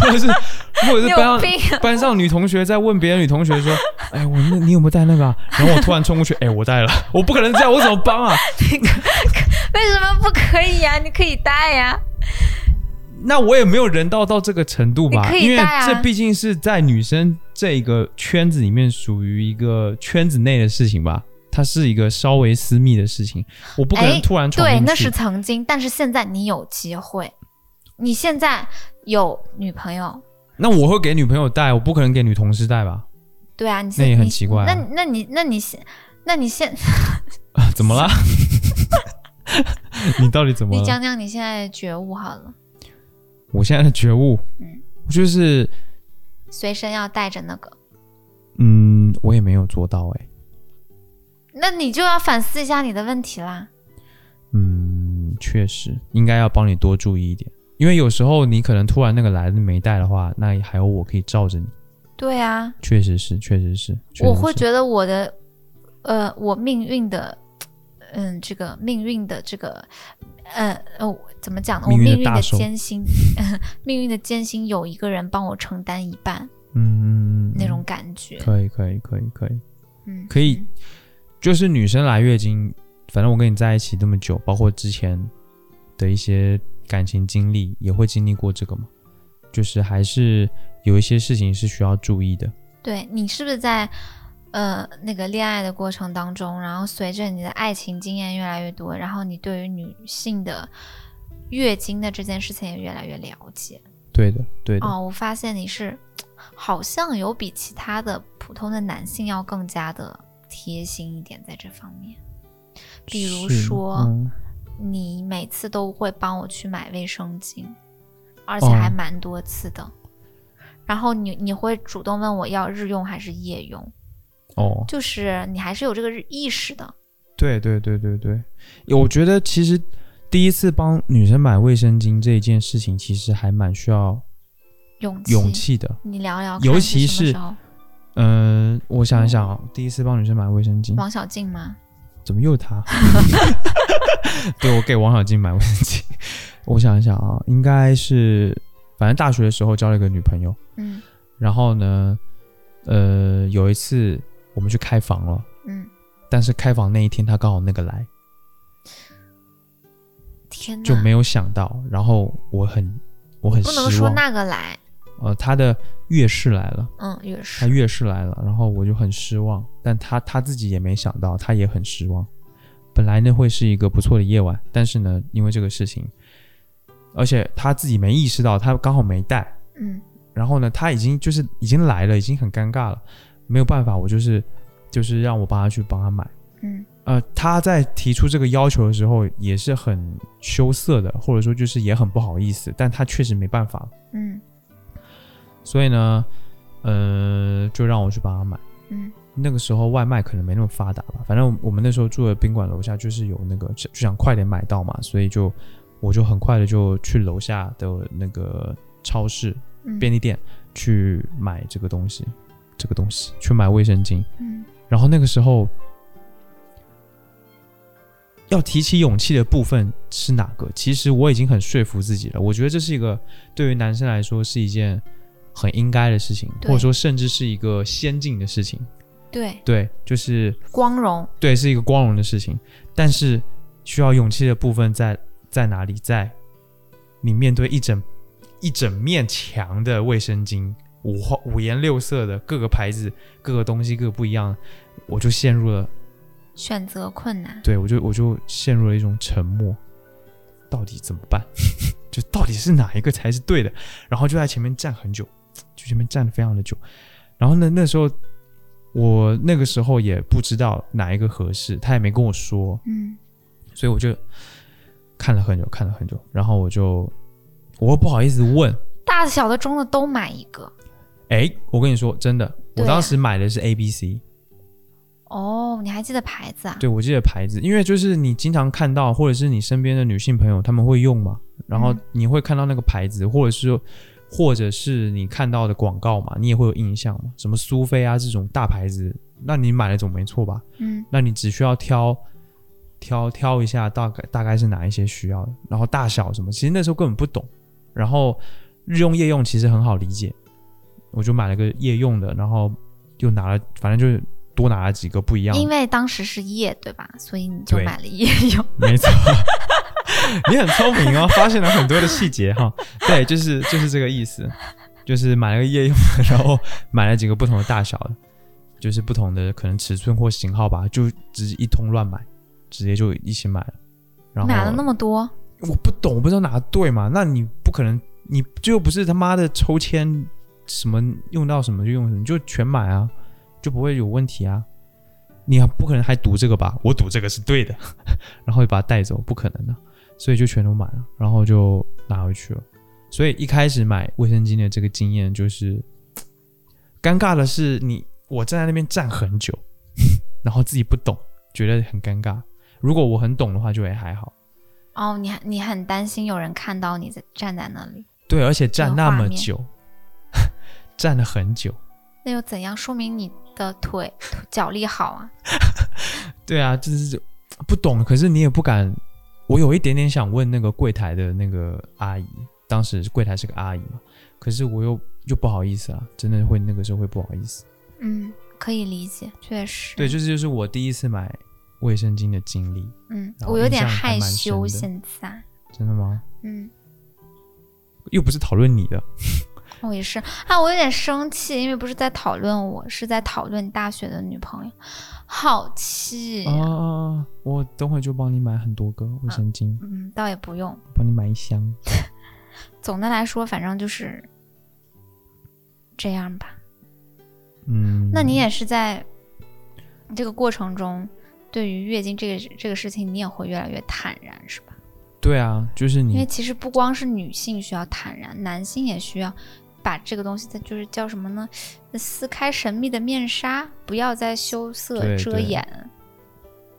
[SPEAKER 3] 或者是，或
[SPEAKER 1] 你
[SPEAKER 3] 者是
[SPEAKER 1] 有
[SPEAKER 3] 班上
[SPEAKER 1] 病！啊
[SPEAKER 3] 班上女同学在问别的女同学说：“哎，我那你有没有带那个、啊？”然后我突然冲过去，哎，我带了，我不可能这样，我怎么帮啊？
[SPEAKER 1] 为什么不可以呀、你可以带啊呀、
[SPEAKER 3] 那我也没有人道到这个程度
[SPEAKER 1] 你
[SPEAKER 3] 吧，
[SPEAKER 1] 可以
[SPEAKER 3] 因为
[SPEAKER 1] 带啊
[SPEAKER 3] 这毕竟是在女生这个圈子里面属于一个圈子内的事情吧，它是一个稍微私密的事情，我不可
[SPEAKER 1] 哎
[SPEAKER 3] 能突然闯进
[SPEAKER 1] 对，
[SPEAKER 3] 去。
[SPEAKER 1] 那是曾经，但是现在你有机会，你现在有女朋友，
[SPEAKER 3] 那我会给女朋友带，我不可能给女同事带吧？
[SPEAKER 1] 对啊，你现
[SPEAKER 3] 那也很
[SPEAKER 1] 你
[SPEAKER 3] 奇怪啊
[SPEAKER 1] 那那你那你现那你现
[SPEAKER 3] 啊怎么啦？ 你到底怎么
[SPEAKER 1] 你
[SPEAKER 3] 了？
[SPEAKER 1] 讲讲你现在的觉悟好了，
[SPEAKER 3] 我现在的觉悟，
[SPEAKER 1] 嗯
[SPEAKER 3] 就是
[SPEAKER 1] 随身要带着那个，
[SPEAKER 3] 嗯，我也没有做到哎、
[SPEAKER 1] 那你就要反思一下你的问题啦。
[SPEAKER 3] 嗯，确实应该要帮你多注意一点，因为有时候你可能突然那个来的没带的话，那还有我可以罩着你。
[SPEAKER 1] 对啊，
[SPEAKER 3] 确实是，确实是，确实
[SPEAKER 1] 我会
[SPEAKER 3] 是
[SPEAKER 1] 觉得我的，呃，我命运的，嗯，这个命运的这个，呃，呃，我怎么讲呢？我
[SPEAKER 3] 命
[SPEAKER 1] 命
[SPEAKER 3] 运的
[SPEAKER 1] 运
[SPEAKER 3] 大
[SPEAKER 1] 的
[SPEAKER 3] 手
[SPEAKER 1] 艰辛，命运的艰辛有一个人帮我承担一半，
[SPEAKER 3] 嗯嗯嗯，
[SPEAKER 1] 那种感觉。
[SPEAKER 3] 可以可以可以可以，
[SPEAKER 1] 嗯，
[SPEAKER 3] 可以就是女生来月经，反正我跟你在一起这么久，包括之前的一些感情经历，也会经历过这个嘛，就是还是有一些事情是需要注意的。
[SPEAKER 1] 对你是不是在呃那个恋爱的过程当中，然后随着你的爱情经验越来越多，然后你对于女性的月经的这件事情也越来越了解？
[SPEAKER 3] 对的，对的，
[SPEAKER 1] 哦，我发现你是好像有比其他的普通的男性要更加的贴心一点在这方面。比如
[SPEAKER 3] 是
[SPEAKER 1] 说
[SPEAKER 3] 嗯
[SPEAKER 1] 你每次都会帮我去买卫生巾，而且
[SPEAKER 3] 哦
[SPEAKER 1] 还蛮多次的。然后你你会主动问我要日用还是夜用，
[SPEAKER 3] 哦，
[SPEAKER 1] 就是你还是有这个日意识的。
[SPEAKER 3] 对对对对对，我觉得其实第一次帮女生买卫生巾这一件事情，其实还蛮需要
[SPEAKER 1] 勇气，
[SPEAKER 3] 勇气的。
[SPEAKER 1] 你聊聊看什么时候，
[SPEAKER 3] 尤其是嗯、我想一想啊、第一次帮女生买卫生巾，
[SPEAKER 1] 王小静吗？
[SPEAKER 3] 怎么又他？对我给王小静买卫生巾，我想一想啊，应该是反正大学的时候交了一个女朋友，
[SPEAKER 1] 嗯
[SPEAKER 3] 然后呢，呃，有一次我们去开房了，
[SPEAKER 1] 嗯，
[SPEAKER 3] 但是开房那一天她刚好那个来，
[SPEAKER 1] 天哪，
[SPEAKER 3] 就没有想到，然后我很我很
[SPEAKER 1] 嗯不能
[SPEAKER 3] 失
[SPEAKER 1] 说
[SPEAKER 3] 望，
[SPEAKER 1] 那个来，
[SPEAKER 3] 呃，她的月事来了。
[SPEAKER 1] 嗯，也
[SPEAKER 3] 他
[SPEAKER 1] 是，
[SPEAKER 3] 越是来了，然后我就很失望，但他他自己也没想到，他也很失望。本来呢会是一个不错的夜晚，但是呢，因为这个事情，而且他自己没意识到，他刚好没带，
[SPEAKER 1] 嗯
[SPEAKER 3] 然后呢，他已经就是已经来了，已经很尴尬了，没有办法，我就是就是让我帮他去帮他买。
[SPEAKER 1] 嗯
[SPEAKER 3] 呃，他在提出这个要求的时候也是很羞涩的，或者说就是也很不好意思，但他确实没办法了，
[SPEAKER 1] 嗯
[SPEAKER 3] 所以呢，呃，就让我去帮他买。
[SPEAKER 1] 嗯
[SPEAKER 3] 那个时候外卖可能没那么发达吧，反正我们那时候住的宾馆楼下就是有那个，就就想快点买到嘛，所以就我就很快的就去楼下的那个超市
[SPEAKER 1] 嗯，
[SPEAKER 3] 便利店去买这个东西，这个东西去买卫生巾。
[SPEAKER 1] 嗯
[SPEAKER 3] 然后那个时候要提起勇气的部分是哪个？其实我已经很说服自己了，我觉得这是一个对于男生来说是一件很应该的事情，
[SPEAKER 1] 对
[SPEAKER 3] 或者说甚至是一个先进的事情。
[SPEAKER 1] 对，
[SPEAKER 3] 对，就是
[SPEAKER 1] 光荣，
[SPEAKER 3] 对，是一个光荣的事情，但是需要勇气的部分在在哪里？在你面对一整一整面墙的卫生巾，五花五颜六色的各个牌子、各个东西、各个不一样，我就陷入了，
[SPEAKER 1] 选择困难，
[SPEAKER 3] 对我就我就陷入了一种沉默，到底怎么办？ 就到底是哪一个才是对的？然后就在前面站很久，就前面站的非常的久。然后呢，那时候我那个时候也不知道哪一个合适，他也没跟我说，
[SPEAKER 1] 嗯
[SPEAKER 3] 所以我就看了很久，看了很久。然后我就我又不好意思问，
[SPEAKER 1] 大的小的中的都买一个，
[SPEAKER 3] 哎，我跟你说真的，我
[SPEAKER 1] 对啊
[SPEAKER 3] 当时买的是 A B C，
[SPEAKER 1] 哦，你还记得牌子啊？
[SPEAKER 3] 对我记得牌子，因为就是你经常看到，或者是你身边的女性朋友他们会用嘛，然后
[SPEAKER 1] 嗯
[SPEAKER 3] 你会看到那个牌子，或者是或者是你看到的广告嘛，你也会有印象嘛，什么苏菲啊这种大牌子，那你买了总没错吧？
[SPEAKER 1] 嗯
[SPEAKER 3] 那你只需要挑挑挑一下，大概大概是哪一些需要的，然后大小什么，其实那时候根本不懂。然后日用夜用其实很好理解，我就买了个夜用的，然后又拿了，反正就是多拿了几个不一样的
[SPEAKER 1] 因。为当时是夜，对吧？所以你就
[SPEAKER 3] 对
[SPEAKER 1] 买了夜用。
[SPEAKER 3] 没错，你很聪明哦，发现了很多的细节哈。对，就是就是这个意思，就是买了个夜用的， 然后买了几个不同的大小的，就是不同的可能尺寸或型号吧，就直接一通乱买，直接就一起买了。 然后
[SPEAKER 1] 买了那么多，
[SPEAKER 3] 我不懂，我不知道哪个对嘛？那你不可能，你这又不是他妈的抽签，什么用到什么就用什么，你就全买啊，就不会有问题啊。你不可能还赌这个吧？我赌这个是对的， 然后就把它带走，不可能的、所以就全都买了，然后就拿回去了。所以一开始买卫生巾的这个经验就是，尴尬的是你我站在那边站很久， 然后自己不懂，觉得很尴尬。如果我很懂的话，就也还好。
[SPEAKER 1] 哦，你你很担心有人看到你在站在那里，
[SPEAKER 3] 对，而且站
[SPEAKER 1] 有
[SPEAKER 3] 那
[SPEAKER 1] 画
[SPEAKER 3] 么
[SPEAKER 1] 面
[SPEAKER 3] 久， 站了很久。
[SPEAKER 1] 那又怎样？说明你的腿腿脚力好啊。
[SPEAKER 3] 对啊，就是不懂，可是你也不敢。我有一点点想问那个柜台的那个阿姨，当时柜台是个阿姨嘛，可是我又就不好意思啊，真的会那个时候会不好意思。
[SPEAKER 1] 嗯，可以理解，确实。
[SPEAKER 3] 对，就是就是我第一次买卫生巾的经历，
[SPEAKER 1] 嗯，
[SPEAKER 3] 然后
[SPEAKER 1] 我有
[SPEAKER 3] 印
[SPEAKER 1] 点
[SPEAKER 3] 象还
[SPEAKER 1] 害
[SPEAKER 3] 蛮深
[SPEAKER 1] 羞
[SPEAKER 3] 的
[SPEAKER 1] 现在。
[SPEAKER 3] 真的吗？
[SPEAKER 1] 嗯，
[SPEAKER 3] 又不是讨论你的，
[SPEAKER 1] 我也是啊，我有点生气，因为不是在讨论我，是在讨论大学的女朋友，好气。
[SPEAKER 3] 啊啊啊！我等会就帮你买很多个卫生巾，
[SPEAKER 1] 嗯，倒也不用。
[SPEAKER 3] 帮你买一箱。
[SPEAKER 1] 总的来说，反正就是这样吧。
[SPEAKER 3] 嗯，
[SPEAKER 1] 那你也是在这个过程中，对于月经这个这个事情，你也会越来越坦然，是吧？
[SPEAKER 3] 对啊，就是
[SPEAKER 1] 因为
[SPEAKER 3] 你
[SPEAKER 1] 其实不光是女性需要坦然，男性也需要把这个东西，它就是叫什么呢？撕开神秘的面纱，不要再羞涩
[SPEAKER 3] 对
[SPEAKER 1] 遮
[SPEAKER 3] 对
[SPEAKER 1] 掩。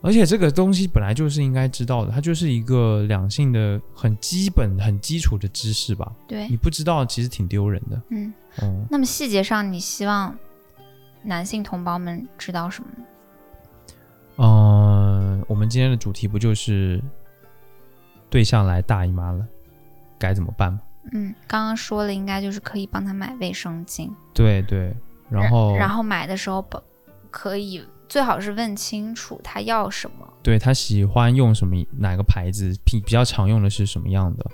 [SPEAKER 3] 而且这个东西本来就是应该知道的，它就是一个两性的很基本、很基础的知识吧。
[SPEAKER 1] 对，
[SPEAKER 3] 你不知道，其实挺丢人的。
[SPEAKER 1] 嗯。
[SPEAKER 3] 嗯，
[SPEAKER 1] 那么细节上，你希望男性同胞们知道什么呢？
[SPEAKER 3] 呃，我们今天的主题不就是对象来大姨妈了，该怎么办吗？
[SPEAKER 1] 嗯，刚刚说了，应该就是可以帮他买卫生巾，
[SPEAKER 3] 对对，然后
[SPEAKER 1] 然后买的时候不可以最好是问清楚他要什么，
[SPEAKER 3] 对他喜欢用什么哪个牌子，比比较常用的是什么样的，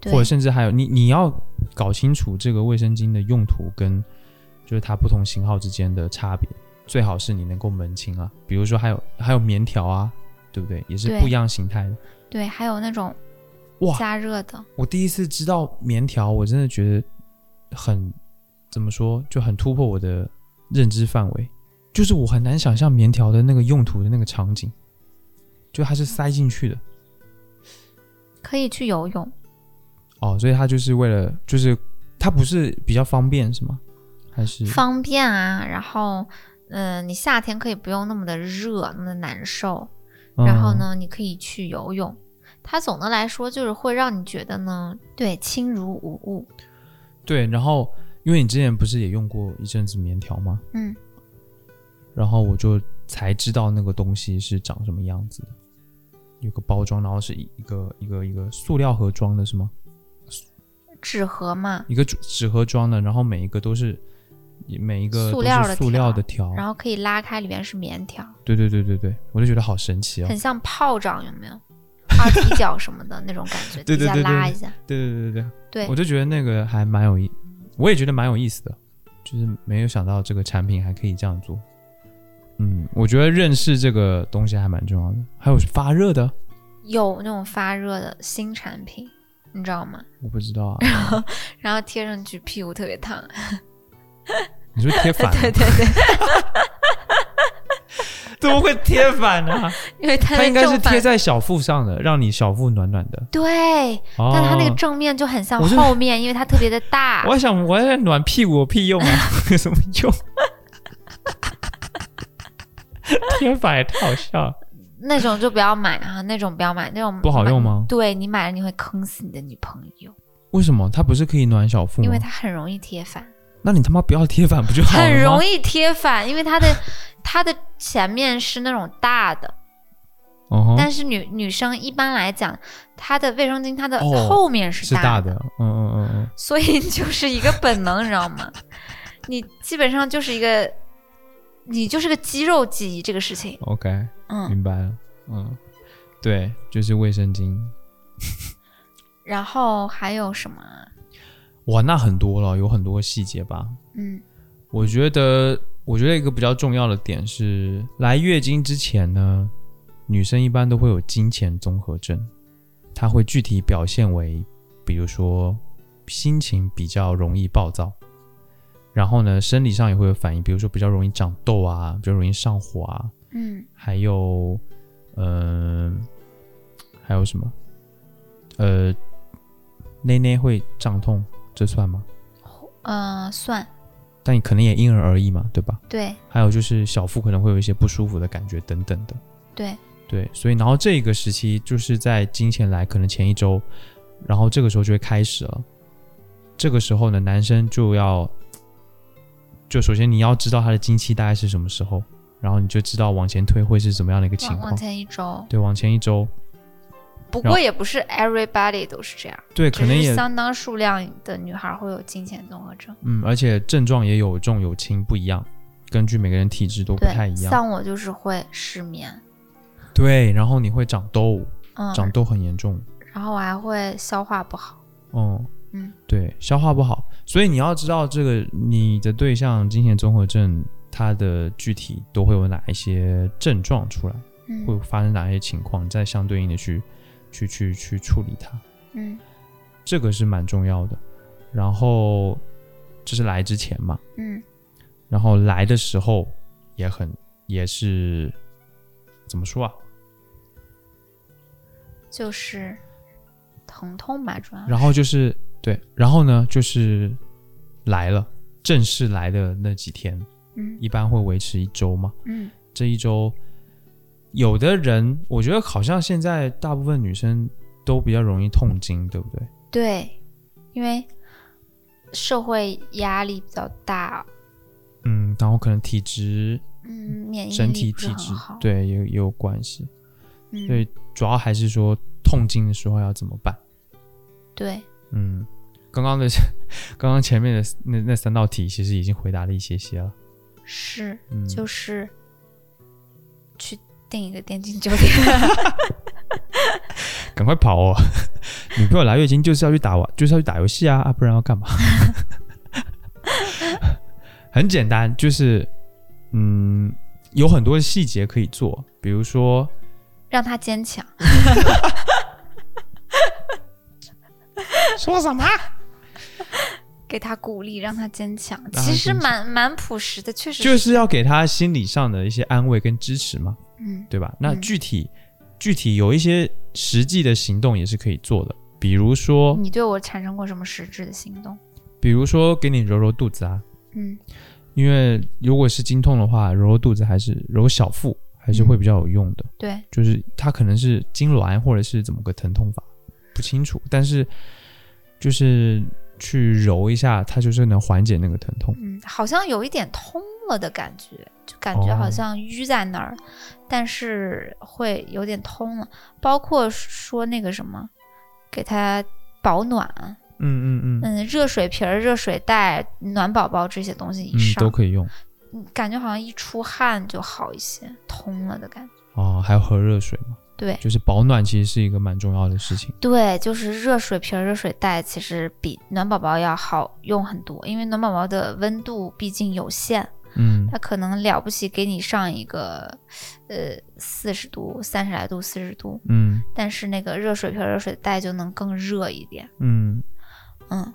[SPEAKER 1] 对
[SPEAKER 3] 或者甚至还有你你要搞清楚这个卫生巾的用途跟就是它不同型号之间的差别，最好是你能够门清啊。比如说还有还有棉条啊，对不对？也是
[SPEAKER 1] 对
[SPEAKER 3] 不一样形态的。
[SPEAKER 1] 对，还有那种
[SPEAKER 3] 哇
[SPEAKER 1] 加热的，
[SPEAKER 3] 我第一次知道棉条，我真的觉得很怎么说，就很突破我的认知范围。就是我很难想象棉条的那个用途的那个场景，就它是塞进去的
[SPEAKER 1] 可以去游泳。
[SPEAKER 3] 哦，所以它就是为了，就是它不是比较方便是吗？还是
[SPEAKER 1] 方便啊，然后，嗯、你夏天可以不用那么的热，那么的难受，然后？
[SPEAKER 3] 嗯
[SPEAKER 1] 呢，你可以去游泳。它总的来说就是会让你觉得呢，对，轻如无物。
[SPEAKER 3] 对，然后因为你之前不是也用过一阵子棉条吗？
[SPEAKER 1] 嗯，
[SPEAKER 3] 然后我就才知道那个东西是长什么样子的，有个包装，然后是一一个一个一个塑料盒装的是吗？
[SPEAKER 1] 纸盒嘛，
[SPEAKER 3] 一个纸纸盒装的，然后每一个都是每一个
[SPEAKER 1] 塑
[SPEAKER 3] 都
[SPEAKER 1] 料
[SPEAKER 3] 是
[SPEAKER 1] 的
[SPEAKER 3] 塑料的条，
[SPEAKER 1] 然后可以拉开，里面是棉条，
[SPEAKER 3] 对对对对对，我就觉得好神奇哦。
[SPEAKER 1] 很像炮仗，有没有？二踢脚什么的那种 感觉，
[SPEAKER 3] 对
[SPEAKER 1] 底
[SPEAKER 3] 对
[SPEAKER 1] 下
[SPEAKER 3] 对对
[SPEAKER 1] 拉一下。
[SPEAKER 3] 对对对对
[SPEAKER 1] 对
[SPEAKER 3] 我就觉得那个还蛮有意，我也觉得蛮有意思的，就是没有想到这个产品还可以这样做。嗯，我觉得认识这个东西还蛮重要的，还有发热的，
[SPEAKER 1] 有那种发热的新产品，你知道吗？
[SPEAKER 3] 我不知道啊，
[SPEAKER 1] 然后贴上去屁股特别烫。
[SPEAKER 3] 你是不是贴反啊 了？
[SPEAKER 1] 对对对，
[SPEAKER 3] 怎么会贴反啊呢、
[SPEAKER 1] 因为它
[SPEAKER 3] 它
[SPEAKER 1] 的
[SPEAKER 3] 应该是
[SPEAKER 1] 正反
[SPEAKER 3] 贴在小腹上的，让你小腹暖暖的。
[SPEAKER 1] 对，
[SPEAKER 3] 哦、
[SPEAKER 1] 但它那个正面就很像
[SPEAKER 3] 我是
[SPEAKER 1] 后面，因为它特别的大。
[SPEAKER 3] 我想我在暖屁股有屁用啊，有什么 用？贴反也太好笑了，
[SPEAKER 1] 那种就不要买啊，那种不要买，那种
[SPEAKER 3] 不好用吗哦
[SPEAKER 1] 对你买了你会坑死你的女朋友，
[SPEAKER 3] 为什么？它不是可以暖小腹吗？
[SPEAKER 1] 因为它很容易贴反，
[SPEAKER 3] 那你他妈不要贴反不就好了吗？
[SPEAKER 1] 很容
[SPEAKER 3] 易
[SPEAKER 1] 易贴反，因为它的它的前面是那种大的，
[SPEAKER 3] 哦吼、
[SPEAKER 1] 但是女女生一般来讲，她的卫生巾它的
[SPEAKER 3] 哦
[SPEAKER 1] 后面是
[SPEAKER 3] 是
[SPEAKER 1] 大
[SPEAKER 3] 大的，嗯嗯嗯嗯，
[SPEAKER 1] 所以就是一个本能，你知道吗？你基本上就是一个，你就是个肌肉记忆这个事情，
[SPEAKER 3] ，OK，
[SPEAKER 1] 嗯，
[SPEAKER 3] 明白了，嗯，对，就是卫生巾，
[SPEAKER 1] 然后还有什么啊？
[SPEAKER 3] 哇，那很多了，有很多细节吧。
[SPEAKER 1] 嗯
[SPEAKER 3] 我觉得，我觉得一个比较重要的点是，来月经之前呢，女生一般都会有经前综合症，它会具体表现为，比如说心情比较容易暴躁，然后呢，生理上也会有反应，比如说比较容易长痘啊，比较容易上火啊，
[SPEAKER 1] 嗯，
[SPEAKER 3] 还有，嗯、还有什么？呃，内内会胀痛，这算吗？
[SPEAKER 1] 呃，算
[SPEAKER 3] 但你可能也因人而异嘛，对吧？
[SPEAKER 1] 对
[SPEAKER 3] 还有就是小腹可能会有一些不舒服的感觉等等的。
[SPEAKER 1] 对，
[SPEAKER 3] 对，所以然后这个时期就是在经前来可能前一周，然后这个时候就会开始了。这个时候呢，男生就要，就首先你要知道他的经期大概是什么时候，然后你就知道往前推会是怎么样的一个情
[SPEAKER 1] 往
[SPEAKER 3] 况
[SPEAKER 1] 往。前一周，
[SPEAKER 3] 对，往前一周，
[SPEAKER 1] 不
[SPEAKER 3] 然后
[SPEAKER 1] 过也不是 everybody 都是这样，
[SPEAKER 3] 对，可能
[SPEAKER 1] 只是
[SPEAKER 3] 也
[SPEAKER 1] 相当数量的女孩会有金钱综合症。
[SPEAKER 3] 嗯，而且症状也有重有轻不一样，根据每个人体质都不太
[SPEAKER 1] 嗯对，
[SPEAKER 3] 一样。
[SPEAKER 1] 像我就是会失眠，
[SPEAKER 3] 对，然后你会长痘，
[SPEAKER 1] 嗯，
[SPEAKER 3] 长痘很严重。
[SPEAKER 1] 然后我还会消化不好，
[SPEAKER 3] 哦，
[SPEAKER 1] 嗯，
[SPEAKER 3] 对，消化不好，所以你要知道这个你的对象金钱综合症，它的具体都会有哪一些症状出来，会
[SPEAKER 1] 嗯
[SPEAKER 3] 发生哪些情况，再相对应的去去去去处理它，
[SPEAKER 1] 嗯
[SPEAKER 3] 这个是蛮重要的。然后这是来之前嘛，
[SPEAKER 1] 嗯
[SPEAKER 3] 然后来的时候也很也是怎么说啊？
[SPEAKER 1] 就是疼痛吧，主要是。
[SPEAKER 3] 然后就是对，然后呢就是来了，正式来的那几天，
[SPEAKER 1] 嗯
[SPEAKER 3] 一般会维持一周嘛。
[SPEAKER 1] 嗯
[SPEAKER 3] 这一周，有的人我觉得好像现在大部分女生都比较容易痛经，对不对？
[SPEAKER 1] 对，因为社会压力比较大，
[SPEAKER 3] 嗯，然后可能体质、
[SPEAKER 1] 嗯，免疫
[SPEAKER 3] 身
[SPEAKER 1] 力
[SPEAKER 3] 体
[SPEAKER 1] 不是
[SPEAKER 3] 体
[SPEAKER 1] 很
[SPEAKER 3] 质
[SPEAKER 1] 好，
[SPEAKER 3] 对也有也有关系，
[SPEAKER 1] 嗯
[SPEAKER 3] 对主要还是说痛经的时候要怎么办。
[SPEAKER 1] 对，
[SPEAKER 3] 嗯，刚刚的 刚刚前面的那那三道题其实已经回答了一些些了。
[SPEAKER 1] 是
[SPEAKER 3] 嗯，
[SPEAKER 1] 就是去订一个电竞酒 店，
[SPEAKER 3] 赶快跑哦！ 女朋友来月经就是要去打玩， 就是要去打游戏啊，啊不然要干嘛？ 很简单，就是嗯，有很多细节可以做，比如说
[SPEAKER 1] 让他坚强。
[SPEAKER 3] 说什么？
[SPEAKER 1] 给他鼓励，让他坚强，
[SPEAKER 3] 他
[SPEAKER 1] 其实
[SPEAKER 3] 坚强
[SPEAKER 1] 蛮蛮朴实的，确实
[SPEAKER 3] 就是要给她心理上的一些安慰跟支持嘛，
[SPEAKER 1] 嗯
[SPEAKER 3] 对吧？那
[SPEAKER 1] 嗯
[SPEAKER 3] 具体、具体有一些实际的行动也是可以做的，比如说
[SPEAKER 1] 你对我产生过什么实质的行动？
[SPEAKER 3] 比如说给你揉揉肚子啊，
[SPEAKER 1] 嗯
[SPEAKER 3] 因为如果是经痛的话，揉揉肚子还是揉小腹还是会比较有用的。
[SPEAKER 1] 对，
[SPEAKER 3] 就是它可能是痉挛或者是怎么个疼痛法，不清楚，但是就是去揉一下，它就是能缓解那个疼痛。
[SPEAKER 1] 嗯，好像有一点通了的感觉，就感觉
[SPEAKER 3] 哦
[SPEAKER 1] 好像淤在那儿，但是会有点通了。包括说那个什么，给他保暖，
[SPEAKER 3] 嗯嗯嗯
[SPEAKER 1] 嗯，热水瓶儿、热水袋、暖宝宝这些东西一
[SPEAKER 3] 嗯，
[SPEAKER 1] 上
[SPEAKER 3] 都，可以用
[SPEAKER 1] 嗯感觉好像一出汗就好一些，通了的感觉。
[SPEAKER 3] 哦。还有喝热水嘛，
[SPEAKER 1] 对
[SPEAKER 3] 就是保暖其实是一个蛮重要的事情。
[SPEAKER 1] 对，就是热水瓶儿、热水袋其实比暖宝宝要好用很多，因为暖宝宝的温度毕竟有限，
[SPEAKER 3] 嗯
[SPEAKER 1] 它可能了不起给你上一个，呃，四十度、三十来度、四十度，
[SPEAKER 3] 嗯
[SPEAKER 1] 但是那个热水瓶、热水袋就能更热一点。
[SPEAKER 3] 嗯，
[SPEAKER 1] 嗯，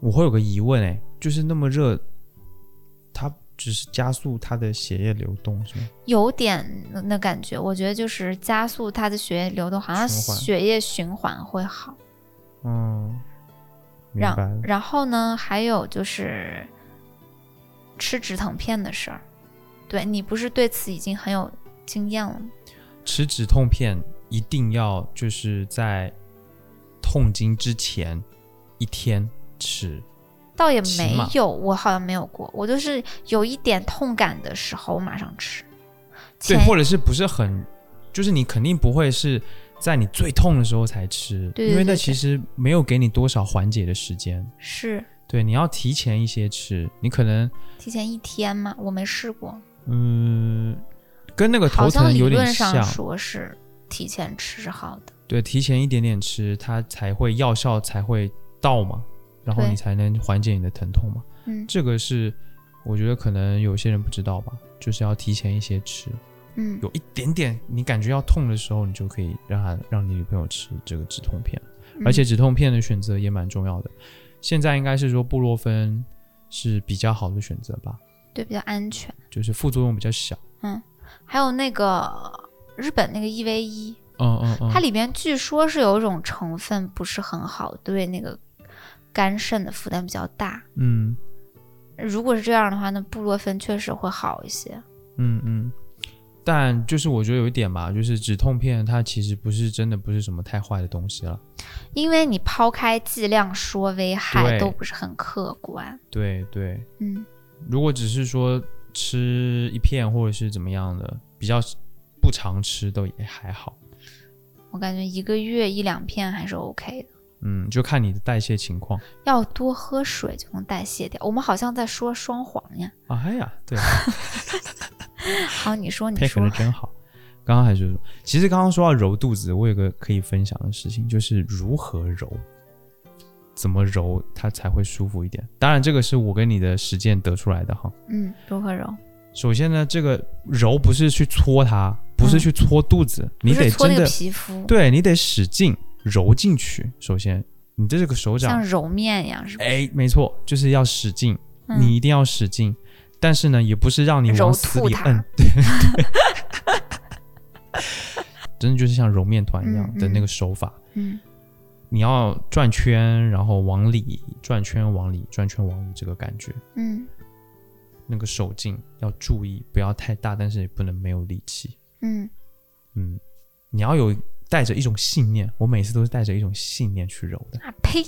[SPEAKER 3] 我会有个疑问哎，就是那么热，它只是加速它的血液流动是吗？
[SPEAKER 1] 有点那那感觉，我觉得就是加速它的血液流动，好像
[SPEAKER 3] 循环
[SPEAKER 1] 血液循环会好。
[SPEAKER 3] 嗯，明白
[SPEAKER 1] 然
[SPEAKER 3] 了。
[SPEAKER 1] 然后呢，还有就是吃止疼片的事儿，对你不是对此已经很有经验了吗？
[SPEAKER 3] 吃止痛片一定要就是在痛经之前一天吃。
[SPEAKER 1] 倒也没
[SPEAKER 3] 起码
[SPEAKER 1] 有，我好像没有过，我就是有一点痛感的时候我马上吃。
[SPEAKER 3] 对
[SPEAKER 1] 前，
[SPEAKER 3] 或者是不是很，就是你肯定不会是在你最痛的时候才吃，
[SPEAKER 1] 对对
[SPEAKER 3] 因为
[SPEAKER 1] 对
[SPEAKER 3] 那
[SPEAKER 1] 对
[SPEAKER 3] 其实没有给你多少缓解的时间。
[SPEAKER 1] 是
[SPEAKER 3] 对，你要提前一些吃，你可能
[SPEAKER 1] 提前一天嘛，我没试过，
[SPEAKER 3] 嗯、跟那个
[SPEAKER 1] 好
[SPEAKER 3] 头
[SPEAKER 1] 像
[SPEAKER 3] 疼
[SPEAKER 1] 理
[SPEAKER 3] 有点
[SPEAKER 1] 论
[SPEAKER 3] 像
[SPEAKER 1] 上，说是提前吃是好的。
[SPEAKER 3] 对，提前一点点吃，它才会药效才会到嘛，然后
[SPEAKER 1] 对
[SPEAKER 3] 你才能缓解你的疼痛嘛。
[SPEAKER 1] 嗯
[SPEAKER 3] 这个是我觉得可能有些人不知道吧，就是要提前一些吃，
[SPEAKER 1] 嗯，
[SPEAKER 3] 有一点点你感觉要痛的时候，你就可以让他让你女朋友吃这个止痛片，
[SPEAKER 1] 嗯
[SPEAKER 3] 而且止痛片的选择也蛮重要的。现在应该是说布洛芬是比较好的选择吧，
[SPEAKER 1] 对比较安全。
[SPEAKER 3] 就是副作用比较小。
[SPEAKER 1] 还有那个日本那个 EV 一，
[SPEAKER 3] 嗯嗯嗯，
[SPEAKER 1] 它里边据说是有一种成分不是很好，对那个肝肾的负担比较大。
[SPEAKER 3] 嗯
[SPEAKER 1] 如果是这样的话，那布洛芬确实会好一些。
[SPEAKER 3] 嗯嗯，但就是我觉得有一点吧，就是止痛片它其实不是真的不是什么太坏的东西了。
[SPEAKER 1] 因为你抛开剂量说危害
[SPEAKER 3] 对
[SPEAKER 1] 都不是很客观，
[SPEAKER 3] 对对，
[SPEAKER 1] 嗯，
[SPEAKER 3] 如果只是说吃一片或者是怎么样的，比较不常吃都也还好。
[SPEAKER 1] 我感觉一个月一两片还是 OK 的。
[SPEAKER 3] 嗯，就看你的代谢情况。
[SPEAKER 1] 要多喝水就能代谢掉。我们好像在说双簧啊呀。
[SPEAKER 3] 哎呀， 对，
[SPEAKER 1] 好，你说，你
[SPEAKER 3] 配合
[SPEAKER 1] 说
[SPEAKER 3] 的，真好。刚刚还是说，其实刚刚说到揉肚子，我有个可以分享的事情，就是如何揉，怎么揉它才会舒服一点。当然，这个是我跟你的实践得出来的哈。
[SPEAKER 1] 嗯，如何揉？
[SPEAKER 3] 首先呢，这个揉不是去搓它，不是
[SPEAKER 1] 嗯
[SPEAKER 3] 去搓肚子，你
[SPEAKER 1] 不是
[SPEAKER 3] 得
[SPEAKER 1] 搓
[SPEAKER 3] 真
[SPEAKER 1] 那
[SPEAKER 3] 的
[SPEAKER 1] 个皮肤，
[SPEAKER 3] 对你得使劲揉进去。首先，你的这个手
[SPEAKER 1] 像
[SPEAKER 3] 掌，
[SPEAKER 1] 揉面一样，是吧？
[SPEAKER 3] 哎，没错，就是要使劲，
[SPEAKER 1] 嗯
[SPEAKER 3] 你一定要使劲。但是呢，也不是让你
[SPEAKER 1] 揉
[SPEAKER 3] 往死
[SPEAKER 1] 吐
[SPEAKER 3] 里
[SPEAKER 1] 它
[SPEAKER 3] 摁，对，对 真的就是像揉面团一样的那个手法。
[SPEAKER 1] 嗯
[SPEAKER 3] 你要转圈，然后往里转圈，往里转圈，往里这个感觉。
[SPEAKER 1] 嗯
[SPEAKER 3] 那个手劲要注意，不要太大，但是也不能没有力气。
[SPEAKER 1] 嗯
[SPEAKER 3] 嗯，你要有带着一种信念，我每次都是带着一种信念去揉的，
[SPEAKER 1] 啊呸！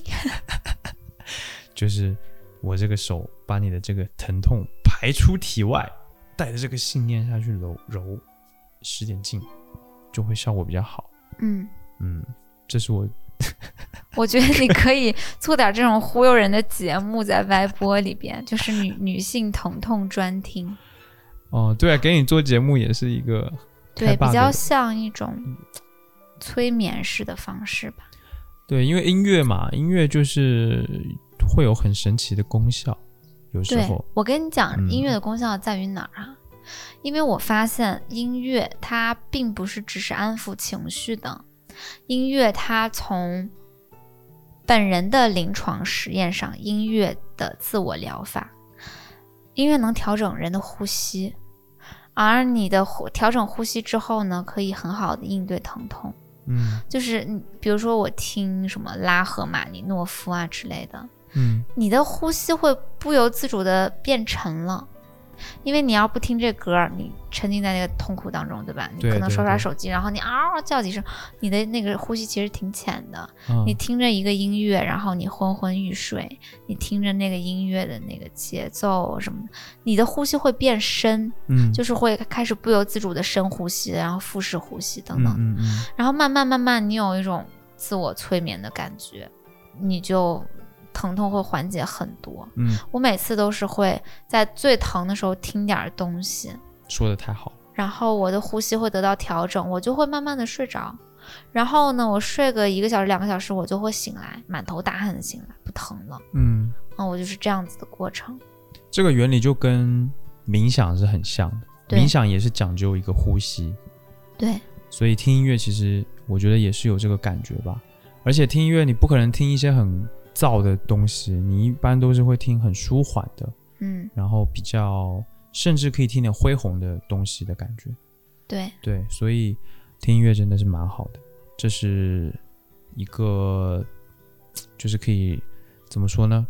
[SPEAKER 3] 就是我这个手把你的这个疼痛排出体外，带着这个信念下去揉揉，使点劲，就会效果比较好。
[SPEAKER 1] 嗯，
[SPEAKER 3] 嗯，这是我
[SPEAKER 1] 我觉得你可以做点这种忽悠人的节目，在歪播里边，就是女女性疼痛专听，
[SPEAKER 3] 哦，对啊，给你做节目也是一个
[SPEAKER 1] 对，
[SPEAKER 3] 太 bug
[SPEAKER 1] 比较
[SPEAKER 3] 了
[SPEAKER 1] 像一种催眠式的方式吧。
[SPEAKER 3] 对，因为音乐嘛，音乐就是会有很神奇的功效，有时
[SPEAKER 1] 对
[SPEAKER 3] 候，
[SPEAKER 1] 我跟你讲，
[SPEAKER 3] 嗯
[SPEAKER 1] 音乐的功效在于哪儿啊？因为我发现音乐它并不是只是安抚情绪的，音乐它从本人的临床实验上，音乐的自我疗法，音乐能调整人的呼吸，而你的呼调整呼吸之后呢，可以很好的应对疼痛。
[SPEAKER 3] 嗯
[SPEAKER 1] 就是你，比如说我听什么拉赫玛尼诺夫啊之类的，
[SPEAKER 3] 嗯。
[SPEAKER 1] 你的呼吸会不由自主的变沉了，因为你要不听这歌儿，你沉浸在那个痛苦当中，对吧？你
[SPEAKER 3] 对
[SPEAKER 1] 可能
[SPEAKER 3] 对
[SPEAKER 1] 刷刷
[SPEAKER 3] 对
[SPEAKER 1] 手机，然后你嗷嗷叫几声，你的那个呼吸其实挺浅的。
[SPEAKER 3] 嗯
[SPEAKER 1] 你听着一个音乐，然后你昏昏欲睡，你听着那个音乐的那个节奏什么的，你的呼吸会变深，
[SPEAKER 3] 嗯，
[SPEAKER 1] 就是会开始不由自主的深呼吸，然后腹式呼吸等等。
[SPEAKER 3] 嗯嗯嗯
[SPEAKER 1] 然后慢慢慢慢，你有一种自我催眠的感觉，你就疼痛会缓解很多。
[SPEAKER 3] 嗯，
[SPEAKER 1] 我每次都是会在最疼的时候听点儿东西，
[SPEAKER 3] 说的太好了，
[SPEAKER 1] 然后我的呼吸会得到调整，我就会慢慢的睡着。然后呢，我睡个一个小时、两个小时，我就会醒来，满头大汗的醒来，不疼了。
[SPEAKER 3] 嗯，
[SPEAKER 1] 嗯，我就是这样子的过程。
[SPEAKER 3] 这个原理就跟冥想是很像的，
[SPEAKER 1] 对
[SPEAKER 3] 冥想也是讲究一个呼吸，
[SPEAKER 1] 对，
[SPEAKER 3] 所以听音乐其实我觉得也是有这个感觉吧。而且听音乐你不可能听一些很燥的东西，你一般都是会听很舒缓的，
[SPEAKER 1] 嗯，
[SPEAKER 3] 然后比较甚至可以听点恢宏的东西的感觉。
[SPEAKER 1] 对，
[SPEAKER 3] 对，所以听音乐真的是蛮好的，这是一个就是可以怎么说呢？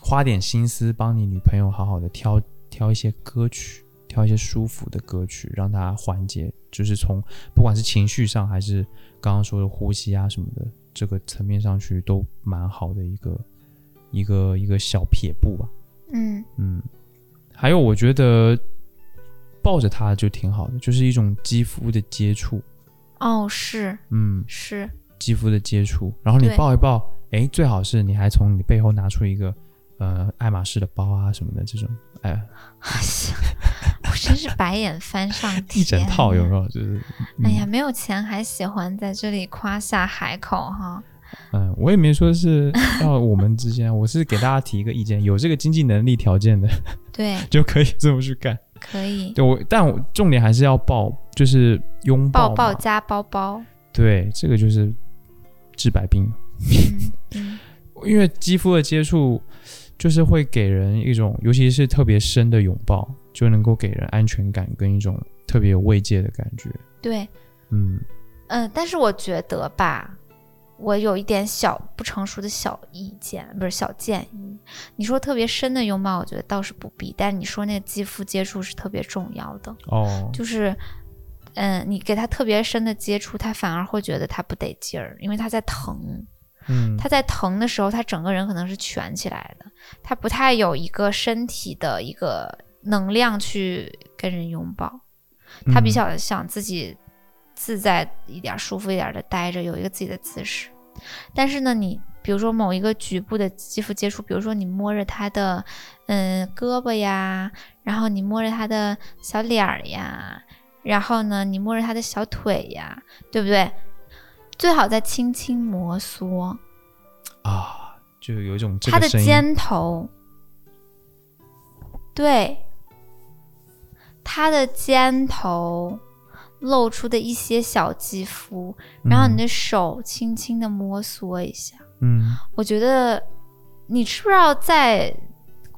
[SPEAKER 3] 花点心思帮你女朋友好好的挑挑一些歌曲，挑一些舒服的歌曲，让她缓解，就是从不管是情绪上还是刚刚说的呼吸啊什么的这个层面上去，都蛮好的一个一个一个小撇步吧。
[SPEAKER 1] 嗯，
[SPEAKER 3] 嗯，还有我觉得抱着它就挺好的，就是一种肌肤的接触，
[SPEAKER 1] 哦，是
[SPEAKER 3] 嗯，
[SPEAKER 1] 是，
[SPEAKER 3] 肌肤的接触，然后你
[SPEAKER 1] 对
[SPEAKER 3] 抱一抱，哎，最好是你还从你背后拿出一个呃爱马仕的包啊什么的这种，哎，
[SPEAKER 1] 我真是白眼翻上天。
[SPEAKER 3] 一整套有没有？就是，嗯、
[SPEAKER 1] 哎呀，，没有钱还喜欢在这里夸下海口哈。
[SPEAKER 3] 嗯，我也没说是要我们之间，我是给大家提一个意见，有这个经济能力条件的
[SPEAKER 1] 对，
[SPEAKER 3] 就可以这么去干。
[SPEAKER 1] 可以
[SPEAKER 3] 对我，但我重点还是要抱，就是拥
[SPEAKER 1] 抱
[SPEAKER 3] 嘛
[SPEAKER 1] 抱加包包。
[SPEAKER 3] 对，这个就是治百病。
[SPEAKER 1] 嗯嗯
[SPEAKER 3] 因为肌肤的接触，就是会给人一种，尤其是特别深的拥抱，就能够给人安全感跟一种特别有慰藉的感觉。
[SPEAKER 1] 对，
[SPEAKER 3] 嗯，
[SPEAKER 1] 嗯、但是我觉得吧，我有一点小不成熟的小意见，不是小建议。你说特别深的拥抱，我觉得倒是不必，但你说那个肌肤接触是特别重要的，
[SPEAKER 3] 哦，
[SPEAKER 1] 就是。嗯，你给他特别深的接触，他反而会觉得他不得劲儿，因为他在疼。
[SPEAKER 3] 嗯，
[SPEAKER 1] 他在疼的时候，他整个人可能是蜷起来的，他不太有一个身体的一
[SPEAKER 3] 嗯
[SPEAKER 1] 个能量去跟人拥抱，他比较想自己自在一点、舒服一点的待着，有一个自己的姿势。但是呢，你比如说某一个局部的肌肤接触，比如说你摸着他的嗯胳膊呀，然后你摸着他的小脸儿呀，然后呢你摸着他的小腿呀，对不对？最好再轻轻摩挲
[SPEAKER 3] 啊，就有一种这
[SPEAKER 1] 他
[SPEAKER 3] 个
[SPEAKER 1] 的
[SPEAKER 3] 声音
[SPEAKER 1] 肩头，对，他的肩头露出的一些小肌肤，然后你
[SPEAKER 3] 嗯
[SPEAKER 1] 的手轻轻的摩挲一下。
[SPEAKER 3] 嗯
[SPEAKER 1] 我觉得你知不知道，在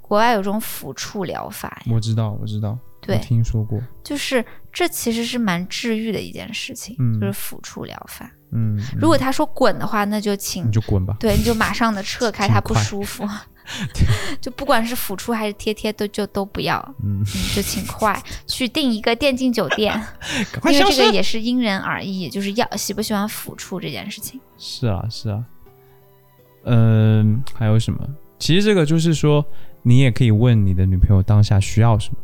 [SPEAKER 1] 国外有种抚触疗法呀？
[SPEAKER 3] 我知道，我知道，
[SPEAKER 1] 对
[SPEAKER 3] 我听说过，
[SPEAKER 1] 就是这其实是蛮治愈的一件事情，
[SPEAKER 3] 嗯
[SPEAKER 1] 就是抚触疗法。
[SPEAKER 3] 嗯，
[SPEAKER 1] 如果他说滚的话，那就请
[SPEAKER 3] 嗯你就滚吧，
[SPEAKER 1] 对，你就马上的撤开，
[SPEAKER 3] 这么
[SPEAKER 1] 它不
[SPEAKER 3] 快
[SPEAKER 1] 舒 服。就不管是抚触还是贴贴，都就都不要，
[SPEAKER 3] 嗯，
[SPEAKER 1] 嗯就请快去订一个电竞酒店，
[SPEAKER 3] 赶 快
[SPEAKER 1] 因
[SPEAKER 3] 消
[SPEAKER 1] 为这
[SPEAKER 3] 失
[SPEAKER 1] 个。也是因人而异，就是要喜不喜欢抚触这件事情。
[SPEAKER 3] 是啊，是啊，嗯、还有什么？其实这个就是说，你也可以问你的女朋友当下需要什么，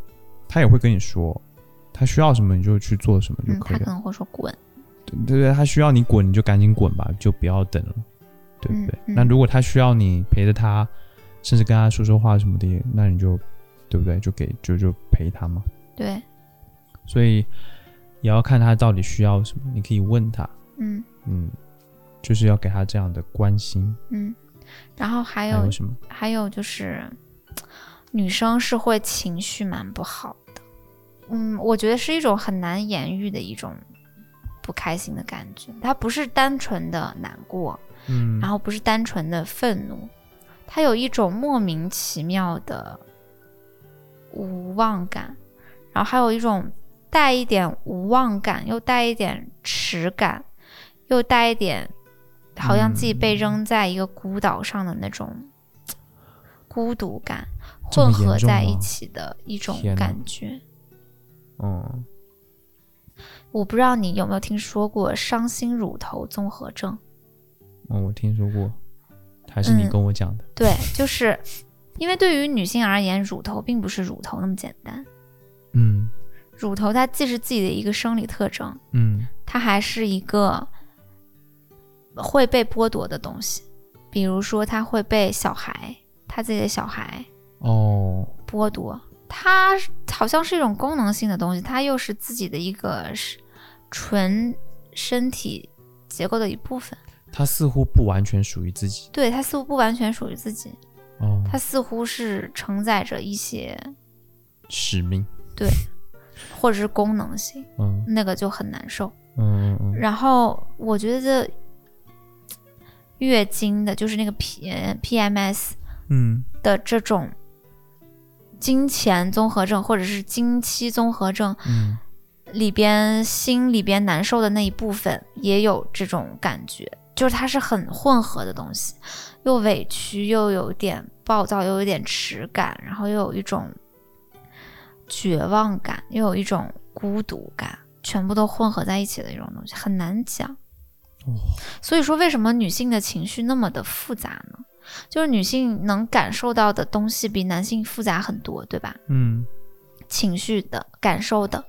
[SPEAKER 3] 她也会跟你说，她需要什么你就去做什么就
[SPEAKER 1] 嗯，
[SPEAKER 3] 可
[SPEAKER 1] 他
[SPEAKER 3] 以
[SPEAKER 1] 可
[SPEAKER 3] 了。
[SPEAKER 1] 能会说滚，
[SPEAKER 3] 对对对，她需要你滚你就赶紧滚吧，就不要等了，对不对？
[SPEAKER 1] 嗯嗯
[SPEAKER 3] 那如果她需要你陪着她，甚至跟她说说话什么的，那你就对不对？就给就就陪她嘛。
[SPEAKER 1] 对，
[SPEAKER 3] 所以也要看她到底需要什么，你可以问她，
[SPEAKER 1] 嗯
[SPEAKER 3] 嗯，就是要给她这样的关心。
[SPEAKER 1] 嗯。然后还
[SPEAKER 3] 还
[SPEAKER 1] 有
[SPEAKER 3] 有什么？
[SPEAKER 1] 还有就是，女生是会情绪蛮不好的，嗯，我觉得是一种很难言喻的一种不开心的感觉，它不是单纯的难过，
[SPEAKER 3] 嗯
[SPEAKER 1] 然后不是单纯的愤怒，它有一种莫名其妙的无望感，然后还有一种带一点无望感，又带一点耻感，又带一点好像自己被扔在一个孤岛上的那种嘖孤独感，
[SPEAKER 3] 嗯这么
[SPEAKER 1] 混合
[SPEAKER 3] 严重
[SPEAKER 1] 在一
[SPEAKER 3] 吗
[SPEAKER 1] 起的一种
[SPEAKER 3] 天哪
[SPEAKER 1] 感觉。
[SPEAKER 3] 嗯，
[SPEAKER 1] 我不知道你有没有听说过伤心乳头综合症。
[SPEAKER 3] 哦，我听说过，还是你
[SPEAKER 1] 嗯
[SPEAKER 3] 跟我讲的。
[SPEAKER 1] 对，就是因为对于女性而言，乳头并不是乳头那么简单。
[SPEAKER 3] 嗯
[SPEAKER 1] 乳头它既是自己的一个生理特征，
[SPEAKER 3] 嗯
[SPEAKER 1] 它还是一个会被剥夺的东西。比如说，它会被小孩，他自己的小孩
[SPEAKER 3] 哦，
[SPEAKER 1] 剥夺。它好像是一种功能性的东西，它又是自己的一个是纯身体结构的一部分。
[SPEAKER 3] 它似乎不完全属于自己
[SPEAKER 1] 对，它似乎不完全属于自己，
[SPEAKER 3] 哦，
[SPEAKER 1] 它似乎是承载着一些
[SPEAKER 3] 使命。
[SPEAKER 1] 或者是功能性，
[SPEAKER 3] 嗯
[SPEAKER 1] 那个就很难受。
[SPEAKER 3] 嗯嗯嗯
[SPEAKER 1] 然后我觉得月经的，就是那个 P 呃 PMS
[SPEAKER 3] 嗯，
[SPEAKER 1] 的这种经前综合症或者是经期综合症
[SPEAKER 3] 嗯
[SPEAKER 1] 里边心里边难受的那一部分，也有这种感觉，就是它是很混合的东西，又委屈又有点暴躁，又有点耻感，然后又有一种绝望感，又有一种孤独感，全部都混合在一起的一种东西，很难讲。
[SPEAKER 3] 哦，
[SPEAKER 1] 所以说，为什么女性的情绪那么的复杂呢？就是女性能感受到的东西比男性复杂很多，对吧？
[SPEAKER 3] 嗯
[SPEAKER 1] 情绪的感受的，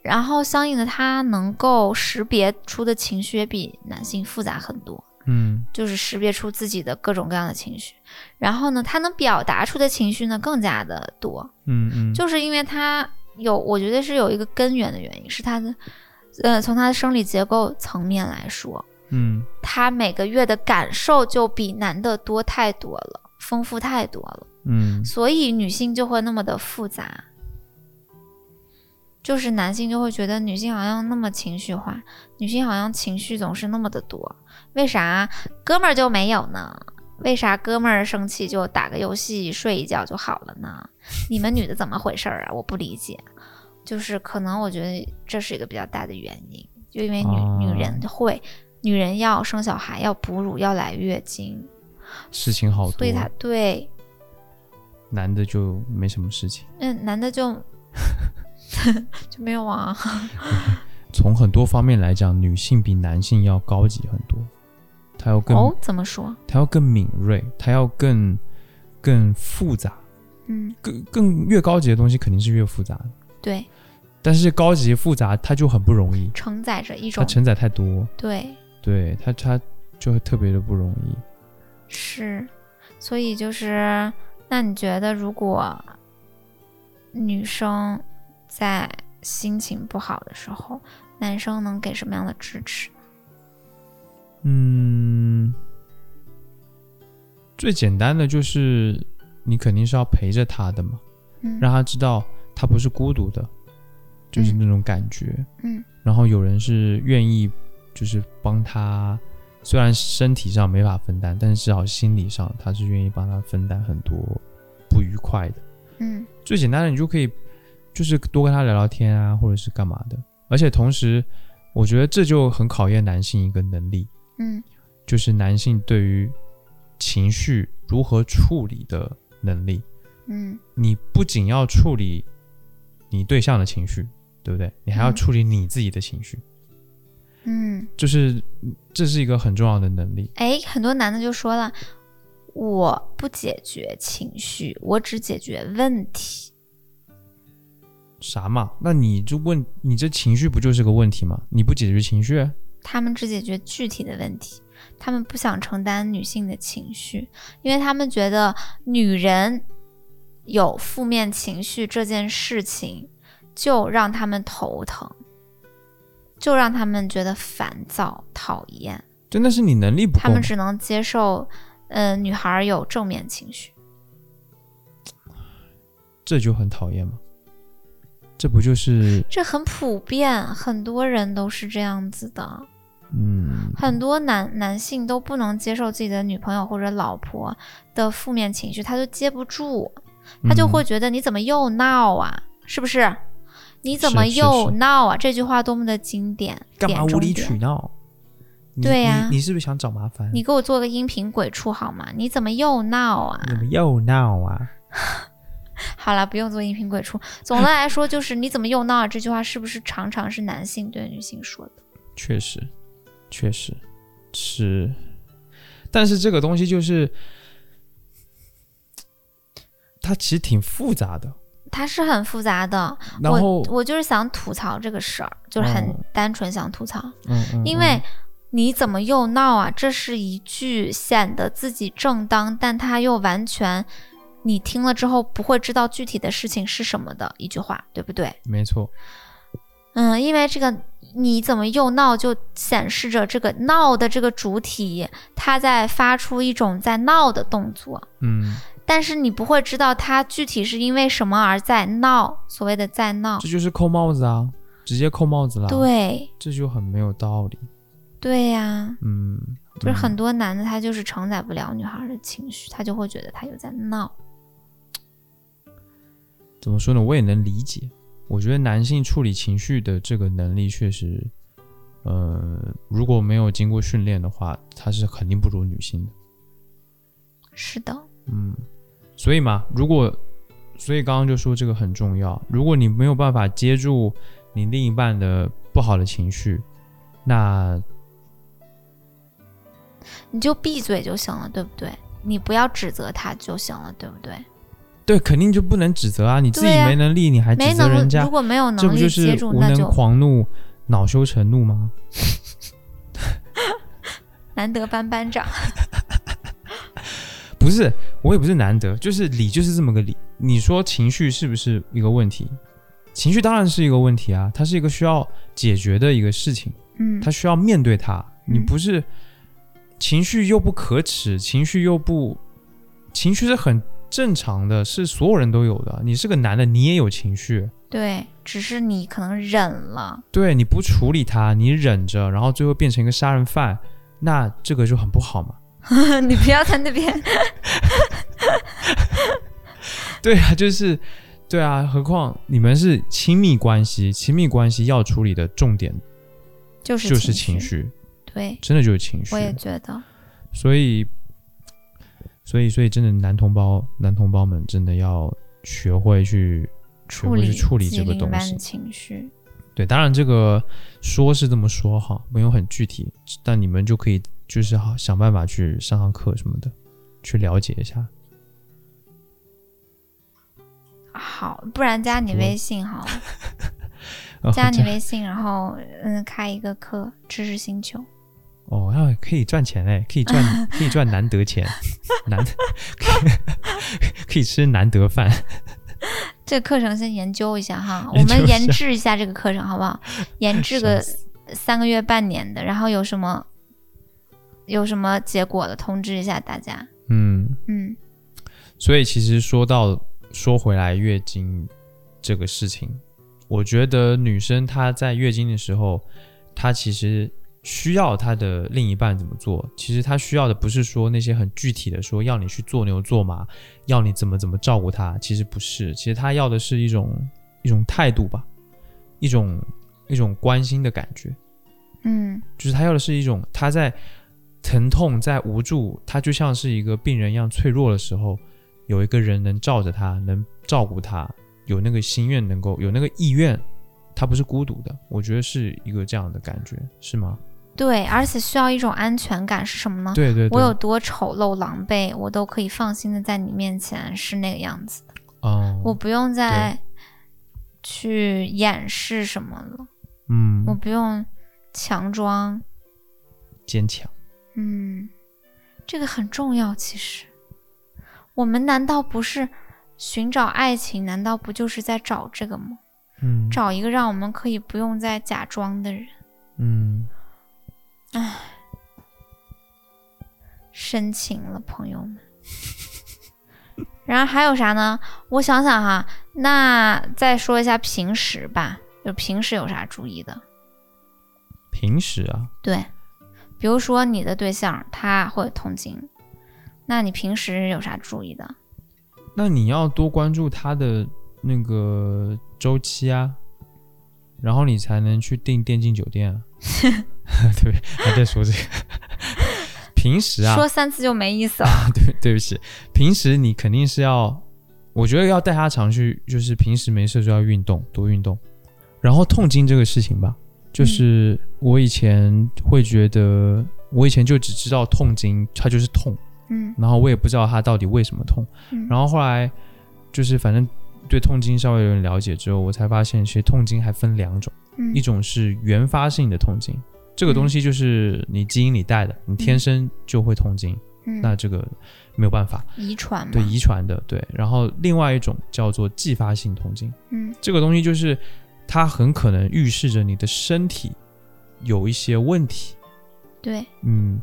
[SPEAKER 1] 然后相应的，她能够识别出的情绪也比男性复杂很多，
[SPEAKER 3] 嗯
[SPEAKER 1] 就是识别出自己的各种各样的情绪。然后呢，她能表达出的情绪呢更加的多，
[SPEAKER 3] 嗯嗯，
[SPEAKER 1] 就是因为她有，我觉得是有一个根源的原因，是她的，呃，从她的生理结构层面来说，
[SPEAKER 3] 嗯
[SPEAKER 1] 他每个月的感受就比男的多太多了，丰富太多了，
[SPEAKER 3] 嗯
[SPEAKER 1] 所以女性就会那么的复杂。就是男性就会觉得女性好像那么情绪化，女性好像情绪总是那么的多，为啥哥们儿就没有呢？为啥哥们儿生气就打个游戏睡一觉就好了呢？你们女的怎么回事儿啊？我不理解。就是可能我觉得这是一个比较大的原因，就因为女、
[SPEAKER 3] 啊
[SPEAKER 1] 女人会，女人要生小孩，要哺乳，要来月经，
[SPEAKER 3] 事情好
[SPEAKER 1] 所
[SPEAKER 3] 多
[SPEAKER 1] 以，她对，
[SPEAKER 3] 男的就没什么事情，
[SPEAKER 1] 嗯，男的 就就没有啊，
[SPEAKER 3] 从很多方面来讲，女性比男性要高级很多，她要更
[SPEAKER 1] 哦，怎么说？
[SPEAKER 3] 她要更敏锐，她要更更复杂，
[SPEAKER 1] 嗯，
[SPEAKER 3] 更更越高级的东西肯定是越复杂的。
[SPEAKER 1] 对，
[SPEAKER 3] 但是高级复杂它就很不容易，
[SPEAKER 1] 承载着一
[SPEAKER 3] 它
[SPEAKER 1] 种
[SPEAKER 3] 承载太多，
[SPEAKER 1] 对
[SPEAKER 3] 对它它就会特别的不容易。
[SPEAKER 1] 是，所以就是，那你觉得如果女生在心情不好的时候，男生能给什么样的支持？
[SPEAKER 3] 嗯，最简单的就是你肯定是要陪着他的嘛，
[SPEAKER 1] 嗯，
[SPEAKER 3] 让他知道他不是孤独的，就是
[SPEAKER 1] 嗯
[SPEAKER 3] 那种感觉。
[SPEAKER 1] 嗯
[SPEAKER 3] 然后有人是愿意就是帮他，虽然身体上没法分担，但是至少心理上他是愿意帮他分担很多不愉快的。
[SPEAKER 1] 嗯
[SPEAKER 3] 最简单的，你就可以就是多跟他聊聊天啊，或者是干嘛的。而且同时，我觉得这就很考验男性一个能力，
[SPEAKER 1] 嗯
[SPEAKER 3] 就是男性对于情绪如何处理的能力。
[SPEAKER 1] 嗯
[SPEAKER 3] 你不仅要处理你对象的情绪，对不对？你还要
[SPEAKER 1] 嗯
[SPEAKER 3] 处理你自己的情绪，
[SPEAKER 1] 嗯，
[SPEAKER 3] 就是这是一个很重要的能力。
[SPEAKER 1] 哎，很多男的就说了，我不解决情绪，我只解决问题。
[SPEAKER 3] 啥嘛？那你就问你这情绪不就是个问题吗？你不解决情绪，啊
[SPEAKER 1] 他们只解决具体的问题，他们不想承担女性的情绪，因为他们觉得女人有负面情绪这件事情就让他们头疼，就让他们觉得烦躁、讨厌，
[SPEAKER 3] 真的是你能力不
[SPEAKER 1] 他
[SPEAKER 3] 够吗
[SPEAKER 1] 们。只能接受，呃，女孩儿有正面情绪。
[SPEAKER 3] 这就很讨厌嘛。这不就是
[SPEAKER 1] 这很普遍，很多人都是这样子的。
[SPEAKER 3] 嗯，
[SPEAKER 1] 很多男男性都不能接受自己的女朋友或者老婆的负面情绪，他就接不住，他
[SPEAKER 3] 嗯
[SPEAKER 1] 就会觉得你怎么又闹啊？是不是？你怎么
[SPEAKER 3] 是是
[SPEAKER 1] 又
[SPEAKER 3] 是
[SPEAKER 1] 闹啊？这句话多么的经典，
[SPEAKER 3] 干嘛
[SPEAKER 1] 点
[SPEAKER 3] 无
[SPEAKER 1] 中
[SPEAKER 3] 理
[SPEAKER 1] 点
[SPEAKER 3] 取闹？你
[SPEAKER 1] 对呀
[SPEAKER 3] 你你是不是想找麻烦？
[SPEAKER 1] 你给我做个音频鬼畜好吗？你怎么又闹啊？
[SPEAKER 3] 怎么又闹啊？
[SPEAKER 1] 好了，不用做音频鬼畜。总的来说，就是你怎么又闹啊？这句话是不是常常是男性对女性说的？
[SPEAKER 3] 确实，确实是，但是这个东西就是，它其实挺复杂的。
[SPEAKER 1] 它是很复杂的。
[SPEAKER 3] 然后
[SPEAKER 1] 我，我就是想吐槽这个事儿，就是很
[SPEAKER 3] 嗯
[SPEAKER 1] 单纯想吐槽，
[SPEAKER 3] 嗯嗯，
[SPEAKER 1] 因为你怎么又闹啊？这是一句显得自己正当，但它又完全你听了之后不会知道具体的事情是什么的一句话，对不对？
[SPEAKER 3] 嗯没错，
[SPEAKER 1] 嗯，因为这个你怎么又闹，就显示着这个闹的这个主体，它在发出一种在闹的动作。
[SPEAKER 3] 嗯，
[SPEAKER 1] 但是你不会知道它具体是因为什么而在闹，所谓的在闹，
[SPEAKER 3] 这就是扣帽子啊，直接扣帽子啦。，
[SPEAKER 1] 对，
[SPEAKER 3] 这就很没有道理。
[SPEAKER 1] 对呀、
[SPEAKER 3] 嗯，
[SPEAKER 1] 就是很
[SPEAKER 3] 嗯
[SPEAKER 1] 多男的他就是承载不了女孩的情绪，他就会觉得他有在闹。
[SPEAKER 3] 怎么说呢？我也能理解。我觉得男性处理情绪的这个能力确实，呃，如果没有经过训练的话，他是肯定不如女性的。
[SPEAKER 1] 是的，
[SPEAKER 3] 嗯，所以嘛，如果所以刚刚就说这个很重要，如果你没有办法接住你另一半的不好的情绪，那
[SPEAKER 1] 你就闭嘴就行了，对不对？你不要指责他就行了，对不对？
[SPEAKER 3] 对肯定就不能指责啊，你自己
[SPEAKER 1] 对啊
[SPEAKER 3] 没能力，你还指
[SPEAKER 1] 没
[SPEAKER 3] 责
[SPEAKER 1] 能
[SPEAKER 3] 人
[SPEAKER 1] 力，如
[SPEAKER 3] 家，
[SPEAKER 1] 果没有能
[SPEAKER 3] 这不
[SPEAKER 1] 力
[SPEAKER 3] 就
[SPEAKER 1] 接
[SPEAKER 3] 是
[SPEAKER 1] 住，
[SPEAKER 3] 无
[SPEAKER 1] 那
[SPEAKER 3] 能
[SPEAKER 1] 就
[SPEAKER 3] 狂怒、恼羞成怒吗？
[SPEAKER 1] 难得班班 长。
[SPEAKER 3] 不是，我也不是难得，就是理就是这么个理。你说情绪是不是一个问题？情绪当然是一个问题啊，它是一个需要解决的一个事情。
[SPEAKER 1] 嗯
[SPEAKER 3] 他需要面对他。
[SPEAKER 1] 嗯
[SPEAKER 3] 你不是情绪又不可耻，情绪又不，情绪是很正常的，是所有人都有的。你是个男的，你也有情绪，
[SPEAKER 1] 对，只是你可能忍了，
[SPEAKER 3] 对，你不处理它，你忍着，然后最后变成一个杀人犯，那这个就很不好嘛。
[SPEAKER 1] 你不要在那边。
[SPEAKER 3] 对啊，就是。对啊，何况你们是亲密关系，亲密关系要处理的重点
[SPEAKER 1] 就是
[SPEAKER 3] 就是
[SPEAKER 1] 情
[SPEAKER 3] 情绪，
[SPEAKER 1] 对，
[SPEAKER 3] 真的就是情绪。
[SPEAKER 1] 我也觉得，
[SPEAKER 3] 所以，所以，所以，真的男同胞、男同胞们真的要学会去学
[SPEAKER 1] 处
[SPEAKER 3] 会
[SPEAKER 1] 理
[SPEAKER 3] 去处理
[SPEAKER 1] 自
[SPEAKER 3] 这
[SPEAKER 1] 己
[SPEAKER 3] 个
[SPEAKER 1] 另一
[SPEAKER 3] 东
[SPEAKER 1] 半
[SPEAKER 3] 西
[SPEAKER 1] 的。情绪，
[SPEAKER 3] 对，当然这个说是这么说哈，没有很具体，但你们就可以就是好想办法去上上课什么的，去了解一下。
[SPEAKER 1] 好，不然加你
[SPEAKER 3] 我
[SPEAKER 1] 微信好了。
[SPEAKER 3] 哦
[SPEAKER 1] 加你
[SPEAKER 3] 这样
[SPEAKER 1] 微信，然后嗯，开一个课，知识星球。
[SPEAKER 3] 哦，那可以赚钱哎，可以赚可以赚难得钱，难 得可以可以吃难得饭。
[SPEAKER 1] 这个课程先研究一下哈， 我
[SPEAKER 3] 研究一
[SPEAKER 1] 们研
[SPEAKER 3] 下
[SPEAKER 1] 制一下这个课程好不 好？研制个三个月、半年的，然后有什么有什么结果的，通知一下大家。
[SPEAKER 3] 嗯，
[SPEAKER 1] 嗯，
[SPEAKER 3] 所以其实说到说回来，月经这个事情，我觉得女生她在月经的时候，她其实需要她的另一半怎么做。其实她需要的不是说那些很具体的说要你去做牛做马，要你怎么怎么照顾她，其实不是。其实她要的是一种一种态度吧，一种一种关心的感觉。
[SPEAKER 1] 嗯，
[SPEAKER 3] 就是他要的是一种他在疼痛、在无助，他就像是一个病人一样脆弱的时候，有一个人能罩着他，能照顾他，有那个心愿，能够有那个意愿，他不是孤独的。我觉得是一个这样的感觉，是吗？
[SPEAKER 1] 对，而且需要一种安全感是什么呢？
[SPEAKER 3] 对对对，
[SPEAKER 1] 啊我有多丑陋狼狈，我都可以放心的在你面前是那个样子，
[SPEAKER 3] 哦，
[SPEAKER 1] 我不用再去掩饰什么了，
[SPEAKER 3] 嗯
[SPEAKER 1] 我，不用强装，
[SPEAKER 3] 坚强，
[SPEAKER 1] 嗯，这个很重要。其实，我们难道不是寻找爱情？难道不就是在找这个吗？
[SPEAKER 3] 嗯，
[SPEAKER 1] 找一个让我们可以不用再假装的人，
[SPEAKER 3] 嗯，
[SPEAKER 1] 深情了，朋友们。然后还有啥呢？我想想哈，那再说一下平时吧，就平时有啥注意的？
[SPEAKER 3] 平时啊，
[SPEAKER 1] 对，比如说你的对象他会痛经，那你平时有啥注意的？
[SPEAKER 3] 那你要多关注他的那个周期啊，然后你才能去订电竞酒店啊。对，还在说这个。平时啊，
[SPEAKER 1] 说三次就没意思了。
[SPEAKER 3] 对 对不起，平时你肯定是要，我觉得要带他常去，就是平时没事就要运动，多运动。然后痛经这个事情吧，就是我以前会觉得，我以前就只知道痛经它就是痛，
[SPEAKER 1] 嗯
[SPEAKER 3] 然后我也不知道它到底为什么痛。
[SPEAKER 1] 嗯，
[SPEAKER 3] 然后后来就是反正对痛经稍微有点了解之后，我才发现其实痛经还分两种，
[SPEAKER 1] 嗯
[SPEAKER 3] 一种是原发性的痛经，这个东西就是你基因里带的，你天生就会痛经，
[SPEAKER 1] 嗯
[SPEAKER 3] 那这个没有办法，
[SPEAKER 1] 遗传嘛，
[SPEAKER 3] 对遗传的对。然后另外一种叫做继发性痛经，
[SPEAKER 1] 嗯
[SPEAKER 3] 这个东西就是它很可能预示着你的身体有一些问题，
[SPEAKER 1] 对，
[SPEAKER 3] 嗯，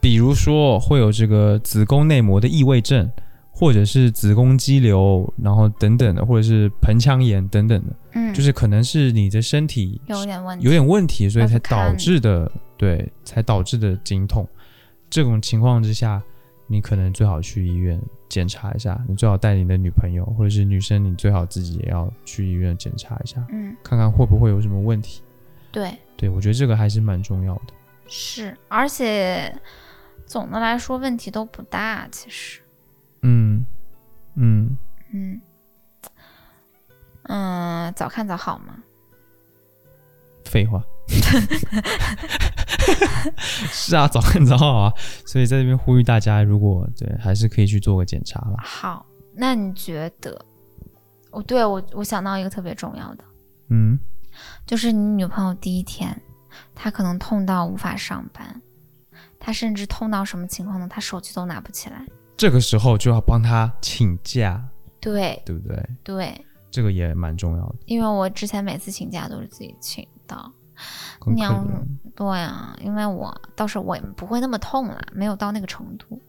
[SPEAKER 3] 比如说会有这个子宫内膜的异位症，或者是子宫肌瘤，然后等等的，或者是盆腔炎等等的，
[SPEAKER 1] 嗯，
[SPEAKER 3] 就是可能是你的身体
[SPEAKER 1] 有点问题，
[SPEAKER 3] 有点问题，所以才
[SPEAKER 1] 要去看
[SPEAKER 3] 导致的，对，才导致的经痛。这种情况之下，你可能最好去医院检查一下，你最好带你的女朋友或者是女生，你最好自己也要去医院检查一下，
[SPEAKER 1] 嗯
[SPEAKER 3] 看看会不会有什么问题。
[SPEAKER 1] 对
[SPEAKER 3] 对我觉得这个还是蛮重要的。
[SPEAKER 1] 是，而且总的来说问题都不大，其实，
[SPEAKER 3] 嗯嗯。
[SPEAKER 1] 嗯嗯，早看早好嘛，
[SPEAKER 3] 废话。 是啊，早看早好啊，所以在这边呼吁大家，如果对还是可以去做个检查啦。
[SPEAKER 1] 好，那你觉得？哦，对我我想到一个特别重要的，
[SPEAKER 3] 嗯，
[SPEAKER 1] 就是你女朋友第一天，她可能痛到无法上班，她甚至痛到什么情况呢？她手机都拿不起来。
[SPEAKER 3] 这个时候就要帮他请假，
[SPEAKER 1] 对
[SPEAKER 3] 对不对？
[SPEAKER 1] 对，
[SPEAKER 3] 这个也蛮重要的。
[SPEAKER 1] 因为我之前每次请假都是自己请的。
[SPEAKER 3] 跟客
[SPEAKER 1] 娘
[SPEAKER 3] 人
[SPEAKER 1] 对啊，因为我到时候我也不会那么痛了，没有到那个程度，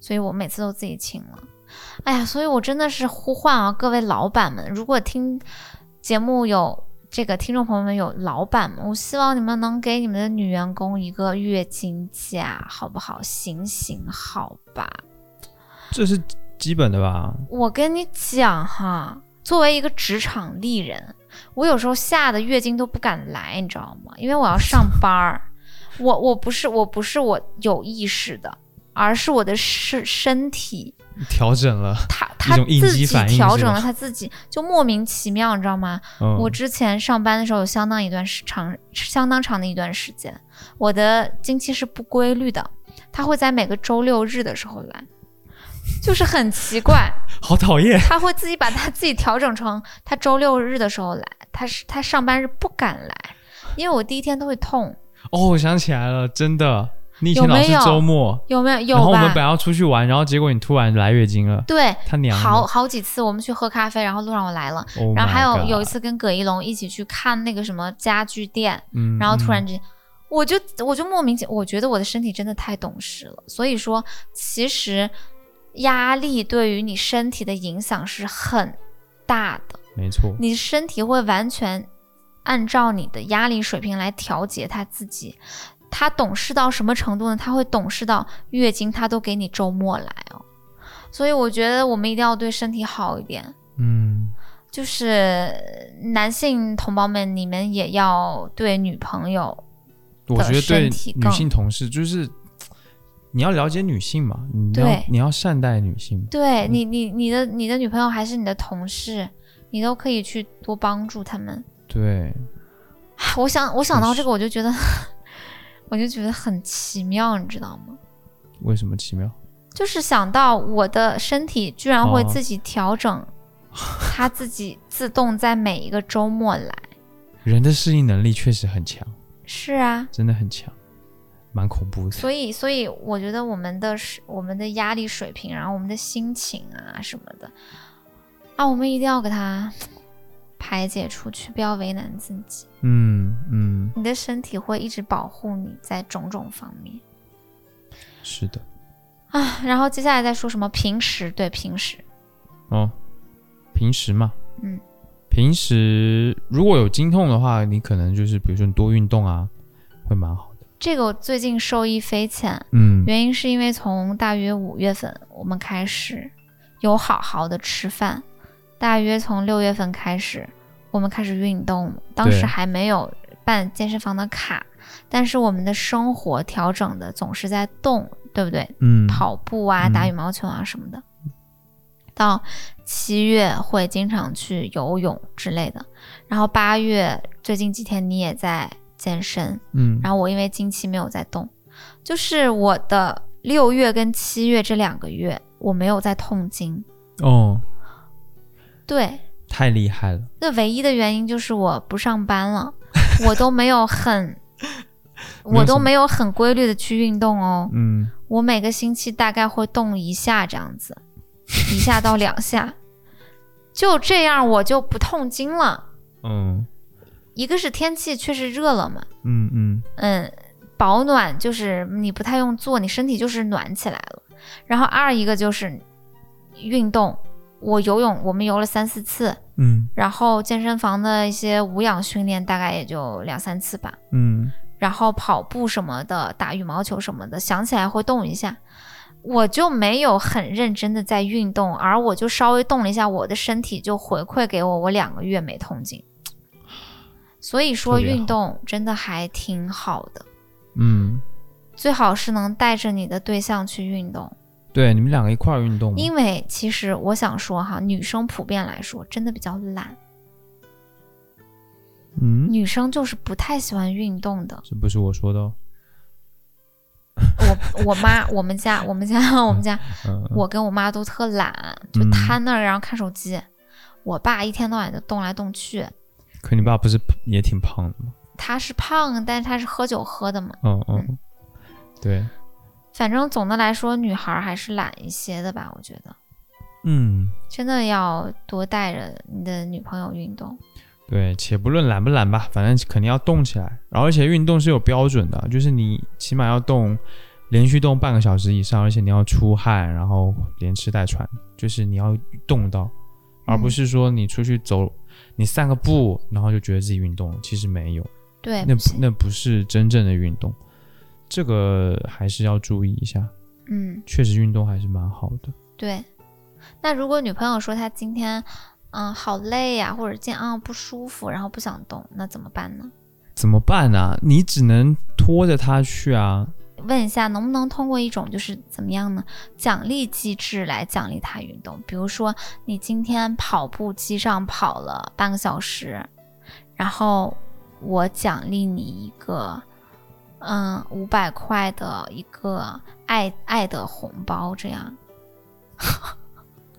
[SPEAKER 1] 所以我每次都自己请了。哎呀，所以我真的是呼唤啊，各位老板们，如果听节目有这个听众朋友们有老板们，我希望你们能给你们的女员工一个月经假，好不好？行行好吧，
[SPEAKER 3] 这是基本的吧？
[SPEAKER 1] 我跟你讲哈，作为一个职场丽人，我有时候吓得月经都不敢来，你知道吗？因为我要上班儿，我我不是我不是我有意识的，而是我的身身体，
[SPEAKER 3] 调整了，
[SPEAKER 1] 它它
[SPEAKER 3] 种应
[SPEAKER 1] 自
[SPEAKER 3] 激
[SPEAKER 1] 己
[SPEAKER 3] 反应
[SPEAKER 1] 调
[SPEAKER 3] 是
[SPEAKER 1] 整
[SPEAKER 3] 吧
[SPEAKER 1] 了，它自己就莫名其妙，你知道吗？
[SPEAKER 3] 嗯，
[SPEAKER 1] 我之前上班的时候有相当一段时长相当长的一段时间，我的经期是不规律的，它会在每个周六日的时候来。就是很奇怪。
[SPEAKER 3] 好讨厌。
[SPEAKER 1] 他会自己把他自己调整成他周六日的时候来，他是他上班日不敢来，因为我第一天都会痛，
[SPEAKER 3] 哦，我想起来了，真的，你以前
[SPEAKER 1] 有没
[SPEAKER 3] 老是
[SPEAKER 1] 有
[SPEAKER 3] 周末，
[SPEAKER 1] 有没有？
[SPEAKER 3] 然后
[SPEAKER 1] 有
[SPEAKER 3] 我们本
[SPEAKER 1] 吧？
[SPEAKER 3] 来要出去玩，然后结果你突然来月经了，
[SPEAKER 1] 对，
[SPEAKER 3] 他娘的！
[SPEAKER 1] 好好几次我们去喝咖啡，然后路上我来了，
[SPEAKER 3] Oh
[SPEAKER 1] 然后还有
[SPEAKER 3] my
[SPEAKER 1] 有一
[SPEAKER 3] God，
[SPEAKER 1] 次跟葛一龙一起去看那个什么家具店，
[SPEAKER 3] 嗯
[SPEAKER 1] 然后突然
[SPEAKER 3] 嗯
[SPEAKER 1] 之间，我就我就莫名其我觉得我的身体真的太懂事了。所以说，其实压力对于你身体的影响是很大的，
[SPEAKER 3] 嗯没错，
[SPEAKER 1] 你身体会完全按照你的压力水平来调节它自己。它懂事到什么程度呢？它会懂事到月经它都给你周末来哦。所以我觉得我们一定要对身体好一点。
[SPEAKER 3] 嗯，
[SPEAKER 1] 就是呃男性同胞们，你们也要对女朋友
[SPEAKER 3] 我
[SPEAKER 1] 的
[SPEAKER 3] 觉得对
[SPEAKER 1] 身体
[SPEAKER 3] 女
[SPEAKER 1] 更
[SPEAKER 3] 性同事就是。你要了解女性嘛，你要
[SPEAKER 1] 对
[SPEAKER 3] 你要善待女性，
[SPEAKER 1] 对你、你、你的、你的女朋友还是你的同事，你都可以去多帮助他们。
[SPEAKER 3] 对，
[SPEAKER 1] 啊我想，我想到
[SPEAKER 3] 是
[SPEAKER 1] 这个，我就觉得， 我就觉得很奇妙，你知道吗？
[SPEAKER 3] 为什么奇妙？
[SPEAKER 1] 就是想到我的身体居然会
[SPEAKER 3] 哦
[SPEAKER 1] 自己调整，它自己自动在每一个周末来。
[SPEAKER 3] 人的适应能力确实很强，
[SPEAKER 1] 是啊，
[SPEAKER 3] 真的很强，蛮恐怖的。
[SPEAKER 1] 所以，所以我觉得我们的是我们的压力水平，然后我们的心情啊什么的，啊，我们一定要给它排解出去，不要为难自己。
[SPEAKER 3] 嗯嗯，
[SPEAKER 1] 你的身体会一直保护你在种种方面
[SPEAKER 3] 是的。
[SPEAKER 1] 啊。然后接下来再说什么平时，对平时，
[SPEAKER 3] 哦，平时嘛，
[SPEAKER 1] 嗯，
[SPEAKER 3] 平时如果有经痛的话，你可能就是比如说你多运动啊，会蛮好的。
[SPEAKER 1] 这个我最近受益匪浅，
[SPEAKER 3] 嗯，
[SPEAKER 1] 原因是因为从大约五月份我们开始有好好的吃饭，大约从六月份开始我们开始运动，当时
[SPEAKER 3] 对
[SPEAKER 1] 还没有办健身房的卡，但是我们的生活调整的总是在动，对不对？
[SPEAKER 3] 嗯，
[SPEAKER 1] 跑步啊、打
[SPEAKER 3] 嗯
[SPEAKER 1] 羽毛球啊什么的。到七月会经常去游泳之类的，然后八月最近几天你也在健身，
[SPEAKER 3] 嗯，
[SPEAKER 1] 然后我因为经期没有在动，就是我的六月跟七月这两个月我没有在痛经，
[SPEAKER 3] 哦，
[SPEAKER 1] 对，
[SPEAKER 3] 太厉害了，
[SPEAKER 1] 那唯一的原因就是我不上班了，我都没有很，
[SPEAKER 3] 没有
[SPEAKER 1] 我
[SPEAKER 3] 什
[SPEAKER 1] 都
[SPEAKER 3] 么
[SPEAKER 1] 没有很规律的去运动哦，
[SPEAKER 3] 嗯，
[SPEAKER 1] 我每个星期大概会动一下这样子，一下到两下，就这样我就不痛经了。
[SPEAKER 3] 嗯，
[SPEAKER 1] 一个是天气确实热了嘛，
[SPEAKER 3] 嗯嗯，
[SPEAKER 1] 嗯，保暖就是你不太用做，你身体就是暖起来了。然后二一个就是运动，我游泳我们游了三四次，
[SPEAKER 3] 嗯
[SPEAKER 1] 然后健身房的一些无氧训练大概也就两三次吧。
[SPEAKER 3] 嗯，
[SPEAKER 1] 然后跑步什么的，打羽毛球什么的，想起来会动一下。我就没有很认真的在运动，而我就稍微动了一下，我的身体就回馈给我，我两个月没痛经。 所以说，
[SPEAKER 3] 特别好
[SPEAKER 1] 运动真的还挺好的，
[SPEAKER 3] 嗯，
[SPEAKER 1] 最好是能带着你的对象去运动，
[SPEAKER 3] 对，你们两个一块儿运动吗？
[SPEAKER 1] 因为其实我想说哈，女生普遍来说真的比较懒，
[SPEAKER 3] 嗯，
[SPEAKER 1] 女生就是不太喜欢运动的。
[SPEAKER 3] 这不是我说的哦，
[SPEAKER 1] 我我妈， 我们家，我们家，我们家
[SPEAKER 3] 嗯，
[SPEAKER 1] 我跟我妈都特懒，就
[SPEAKER 3] 嗯
[SPEAKER 1] 瘫那儿然后看手机。我爸一天到晚就动来动去，
[SPEAKER 3] 可你爸不是也挺胖的吗？
[SPEAKER 1] 他是胖，但是他是喝酒喝的嘛。
[SPEAKER 3] 嗯嗯，对，
[SPEAKER 1] 反正总的来说，女孩儿还是懒一些的吧，我觉得
[SPEAKER 3] 嗯。
[SPEAKER 1] 真的要多带着你的女朋友运动。
[SPEAKER 3] 对，且不论懒不懒吧，反正肯定要动起来。然后，而且运动是有标准的，就是你起码要动，连续动半个小时以上，而且你要出汗，然后连吃带喘，就是你要动到，而不是说你出去走，你散个步，然后就觉得自己运动了，其实没有，
[SPEAKER 5] 哎
[SPEAKER 1] 对，
[SPEAKER 3] 那
[SPEAKER 1] 不行
[SPEAKER 3] 那不是真正的运动，这个还是要注意一下。
[SPEAKER 1] 嗯，
[SPEAKER 3] 确实，运动还是蛮好的。
[SPEAKER 1] 对。那如果女朋友说她今天嗯好累呀、或者今天啊不舒服，然后不想动，那怎么办呢？
[SPEAKER 3] 怎么办呢、你只能拖着他去啊。
[SPEAKER 1] 问一下，能不能通过一种就是怎么样呢？奖励机制来奖励他运动，比如说你今天跑步机上跑了半个小时，然后我奖励你一个，嗯，五百块的一个爱爱的红包，这样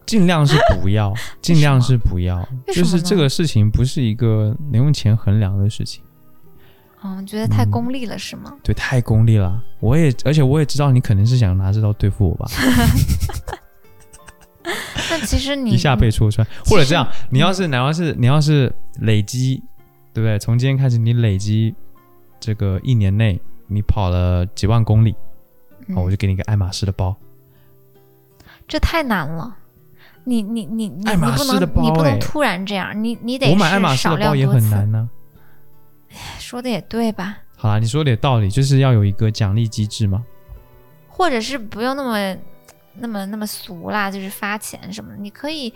[SPEAKER 3] 尽量是不要，尽量是不要，
[SPEAKER 5] 啊为什
[SPEAKER 3] 就
[SPEAKER 5] 么
[SPEAKER 3] 是这个事情不是一个能用钱衡量的事情。
[SPEAKER 5] 嗯，觉得太
[SPEAKER 3] 嗯
[SPEAKER 5] 功利了、是吗？
[SPEAKER 3] 对，太功利了。我也，而且我也知道你肯定是想拿这刀对付我吧，
[SPEAKER 5] 那其实你
[SPEAKER 3] 一下被戳穿，
[SPEAKER 5] 其实
[SPEAKER 3] 或者这样，你要是，你要是，你要是累积，对不对？从今天开始，你累积这个一年内，你跑了几万公里，
[SPEAKER 5] 嗯
[SPEAKER 3] 好，我就给你一个爱马仕的包。
[SPEAKER 5] 这太难了。你你你你
[SPEAKER 3] 爱
[SPEAKER 5] 你
[SPEAKER 3] 马
[SPEAKER 5] 不
[SPEAKER 3] 仕
[SPEAKER 5] 能
[SPEAKER 3] 的包
[SPEAKER 5] 你不
[SPEAKER 3] 哎
[SPEAKER 5] 能突然这样，你你得
[SPEAKER 3] 我买爱
[SPEAKER 5] 是
[SPEAKER 3] 马仕
[SPEAKER 5] 少
[SPEAKER 3] 的包
[SPEAKER 5] 量
[SPEAKER 3] 也
[SPEAKER 5] 多
[SPEAKER 3] 很
[SPEAKER 5] 次
[SPEAKER 3] 难呢、
[SPEAKER 5] 说的也对吧？
[SPEAKER 3] 好啦，你说的有道理，就是要有一个奖励机制嘛。
[SPEAKER 5] 或者是不用那么那么那么俗啦，就是发钱什么的，你可以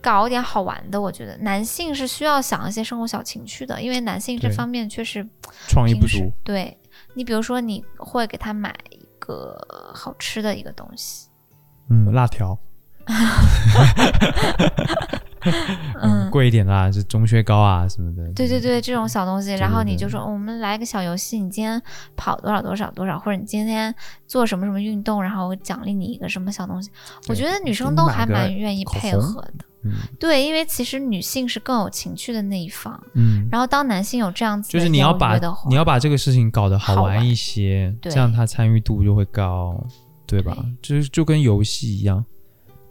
[SPEAKER 5] 搞一点好玩的。我觉得男性是需要想一些生活小情趣的，因为男性这
[SPEAKER 3] 对
[SPEAKER 5] 方面确实
[SPEAKER 3] 创意不
[SPEAKER 5] 平时
[SPEAKER 3] 足，
[SPEAKER 5] 对你，比如说你会给他买一个好吃的一个东西，
[SPEAKER 3] 嗯，辣 条，嗯，
[SPEAKER 5] 嗯。
[SPEAKER 3] 贵一点啦，是钟薛高啊什么的。
[SPEAKER 5] 对对对，这种小东西，
[SPEAKER 3] 对
[SPEAKER 5] 然后你
[SPEAKER 3] 对
[SPEAKER 5] 就说、哦我们来个小游戏，你今天跑多少多少多少，或者你今天做什么什么运动，然后我奖励你一个什么小东西。我觉
[SPEAKER 3] 对
[SPEAKER 5] 得女
[SPEAKER 3] 给
[SPEAKER 5] 生
[SPEAKER 3] 你
[SPEAKER 5] 都
[SPEAKER 3] 买
[SPEAKER 5] 还
[SPEAKER 3] 个
[SPEAKER 5] 蛮愿意
[SPEAKER 3] 口
[SPEAKER 5] 配
[SPEAKER 3] 红
[SPEAKER 5] 合的。
[SPEAKER 3] 嗯
[SPEAKER 5] 对，因为其实女性是更有情趣的那一方，
[SPEAKER 3] 嗯，
[SPEAKER 5] 然后当男性有这样子的
[SPEAKER 3] 就是你要把
[SPEAKER 5] 邀约的话
[SPEAKER 3] 你要把这个事情搞得好玩一些，
[SPEAKER 5] 对
[SPEAKER 3] 这样他参与度就会高，对吧？就是就跟游戏一样，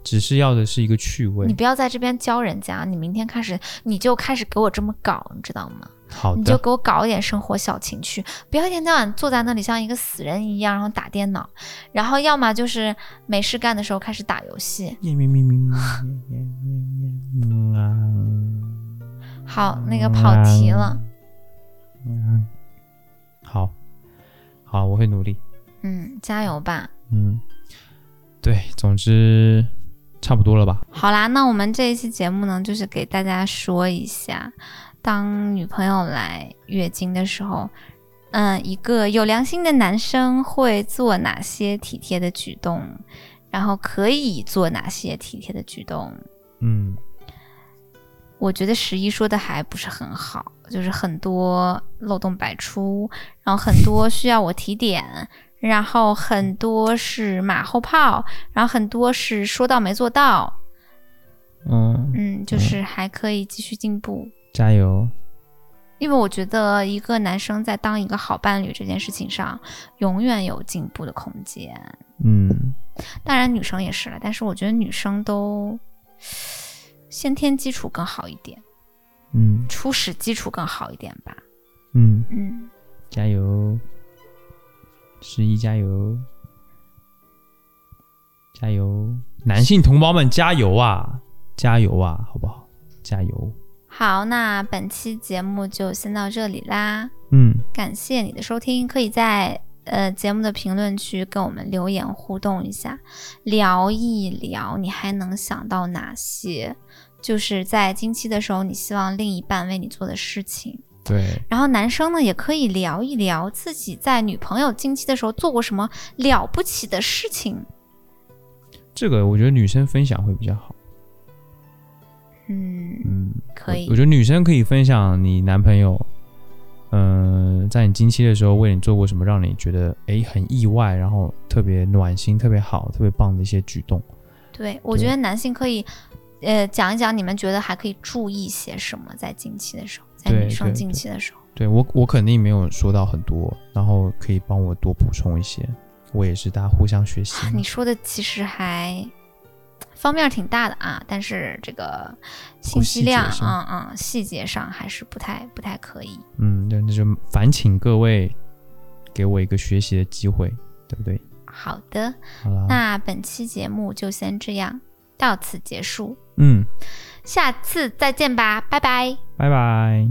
[SPEAKER 3] 只是要的是一个趣味
[SPEAKER 5] 你。不要在这边教人家，你明天开始你就开始给我这么搞，你知道吗？
[SPEAKER 3] 好
[SPEAKER 5] 你就
[SPEAKER 3] 的，
[SPEAKER 5] 给我搞一点生活小情趣，不要一天到晚坐在那里像一个死人一样，然后打电脑，然后要么就是没事干的时候开始打游戏。
[SPEAKER 3] 咩咩咩咩咩咩咩咩咩啊！
[SPEAKER 5] 好，那个跑题了，
[SPEAKER 3] 嗯，好，好，我会努力。
[SPEAKER 5] 嗯，加油吧。
[SPEAKER 3] 嗯，对，总之差不多了吧？
[SPEAKER 1] 好啦，那我们这一期节目呢，就是给大家说一下，当女朋友来月经的时候，嗯，一个有良心的男生会做哪些体贴的举动，然后可以做哪些体贴的举动。
[SPEAKER 3] 嗯，
[SPEAKER 1] 我觉得十一说的还不是很好，就是很多漏洞百出，然后很多需要我提点，然后很多是马后炮，然后很多是说到没做到，
[SPEAKER 3] 嗯，
[SPEAKER 1] 嗯，就是还可以继续进步。
[SPEAKER 3] 加油！
[SPEAKER 1] 因为我觉得一个男生在当一个好伴侣这件事情上，永远有进步的空间。
[SPEAKER 3] 嗯，
[SPEAKER 1] 当然，女生也是了，但是我觉得女生都先天基础更好一点，
[SPEAKER 3] 嗯，
[SPEAKER 1] 初始基础更好一点吧。
[SPEAKER 3] 嗯，
[SPEAKER 1] 嗯，
[SPEAKER 3] 加油！十一加油！加油！男性同胞们加油啊！加油啊，好不好？加油！
[SPEAKER 1] 好，那本期节目就先到这里啦，
[SPEAKER 3] 嗯，
[SPEAKER 1] 感谢你的收听，可以在。呃，节目的评论区跟我们留言互动一下，聊一聊你还能想到哪些，就是在经期的时候你希望另一半为你做的事情。
[SPEAKER 3] 对，
[SPEAKER 1] 然后男生呢，也可以聊一聊自己在女朋友经期的时候做过什么了不起的事情。
[SPEAKER 3] 这个我觉得女生分享会比较好。
[SPEAKER 1] 嗯，
[SPEAKER 3] 嗯，
[SPEAKER 1] 可以
[SPEAKER 3] 我。我觉得女生可以分享你男朋友，嗯、在你经期的时候为你做过什么让你觉得诶很意外，然后特别暖心、特别好、特别棒的一些举动。
[SPEAKER 1] 对，我觉得男性可以，呃，讲一讲你们觉得还可以注意些什么在经期的时候，在
[SPEAKER 3] 对
[SPEAKER 1] 女生
[SPEAKER 3] 对
[SPEAKER 1] 经
[SPEAKER 3] 对
[SPEAKER 1] 期的时候。
[SPEAKER 3] 对我，我肯定没有说到很多，然后可以帮我多补充一些。我也是，大家互相学习嘛。
[SPEAKER 1] 啊你说的其实还方面挺大的啊，但是这个信息量，
[SPEAKER 3] 细
[SPEAKER 1] 嗯
[SPEAKER 3] 节上
[SPEAKER 1] 嗯，细节上还是不太不太可以。
[SPEAKER 3] 嗯，对，那就烦请各位给我一个学习的机会，对不对？
[SPEAKER 1] 好的，
[SPEAKER 3] 好啦，
[SPEAKER 1] 那本期节目就先这样，到此结束，
[SPEAKER 3] 嗯，
[SPEAKER 1] 下次再见吧，拜拜。
[SPEAKER 3] 拜拜。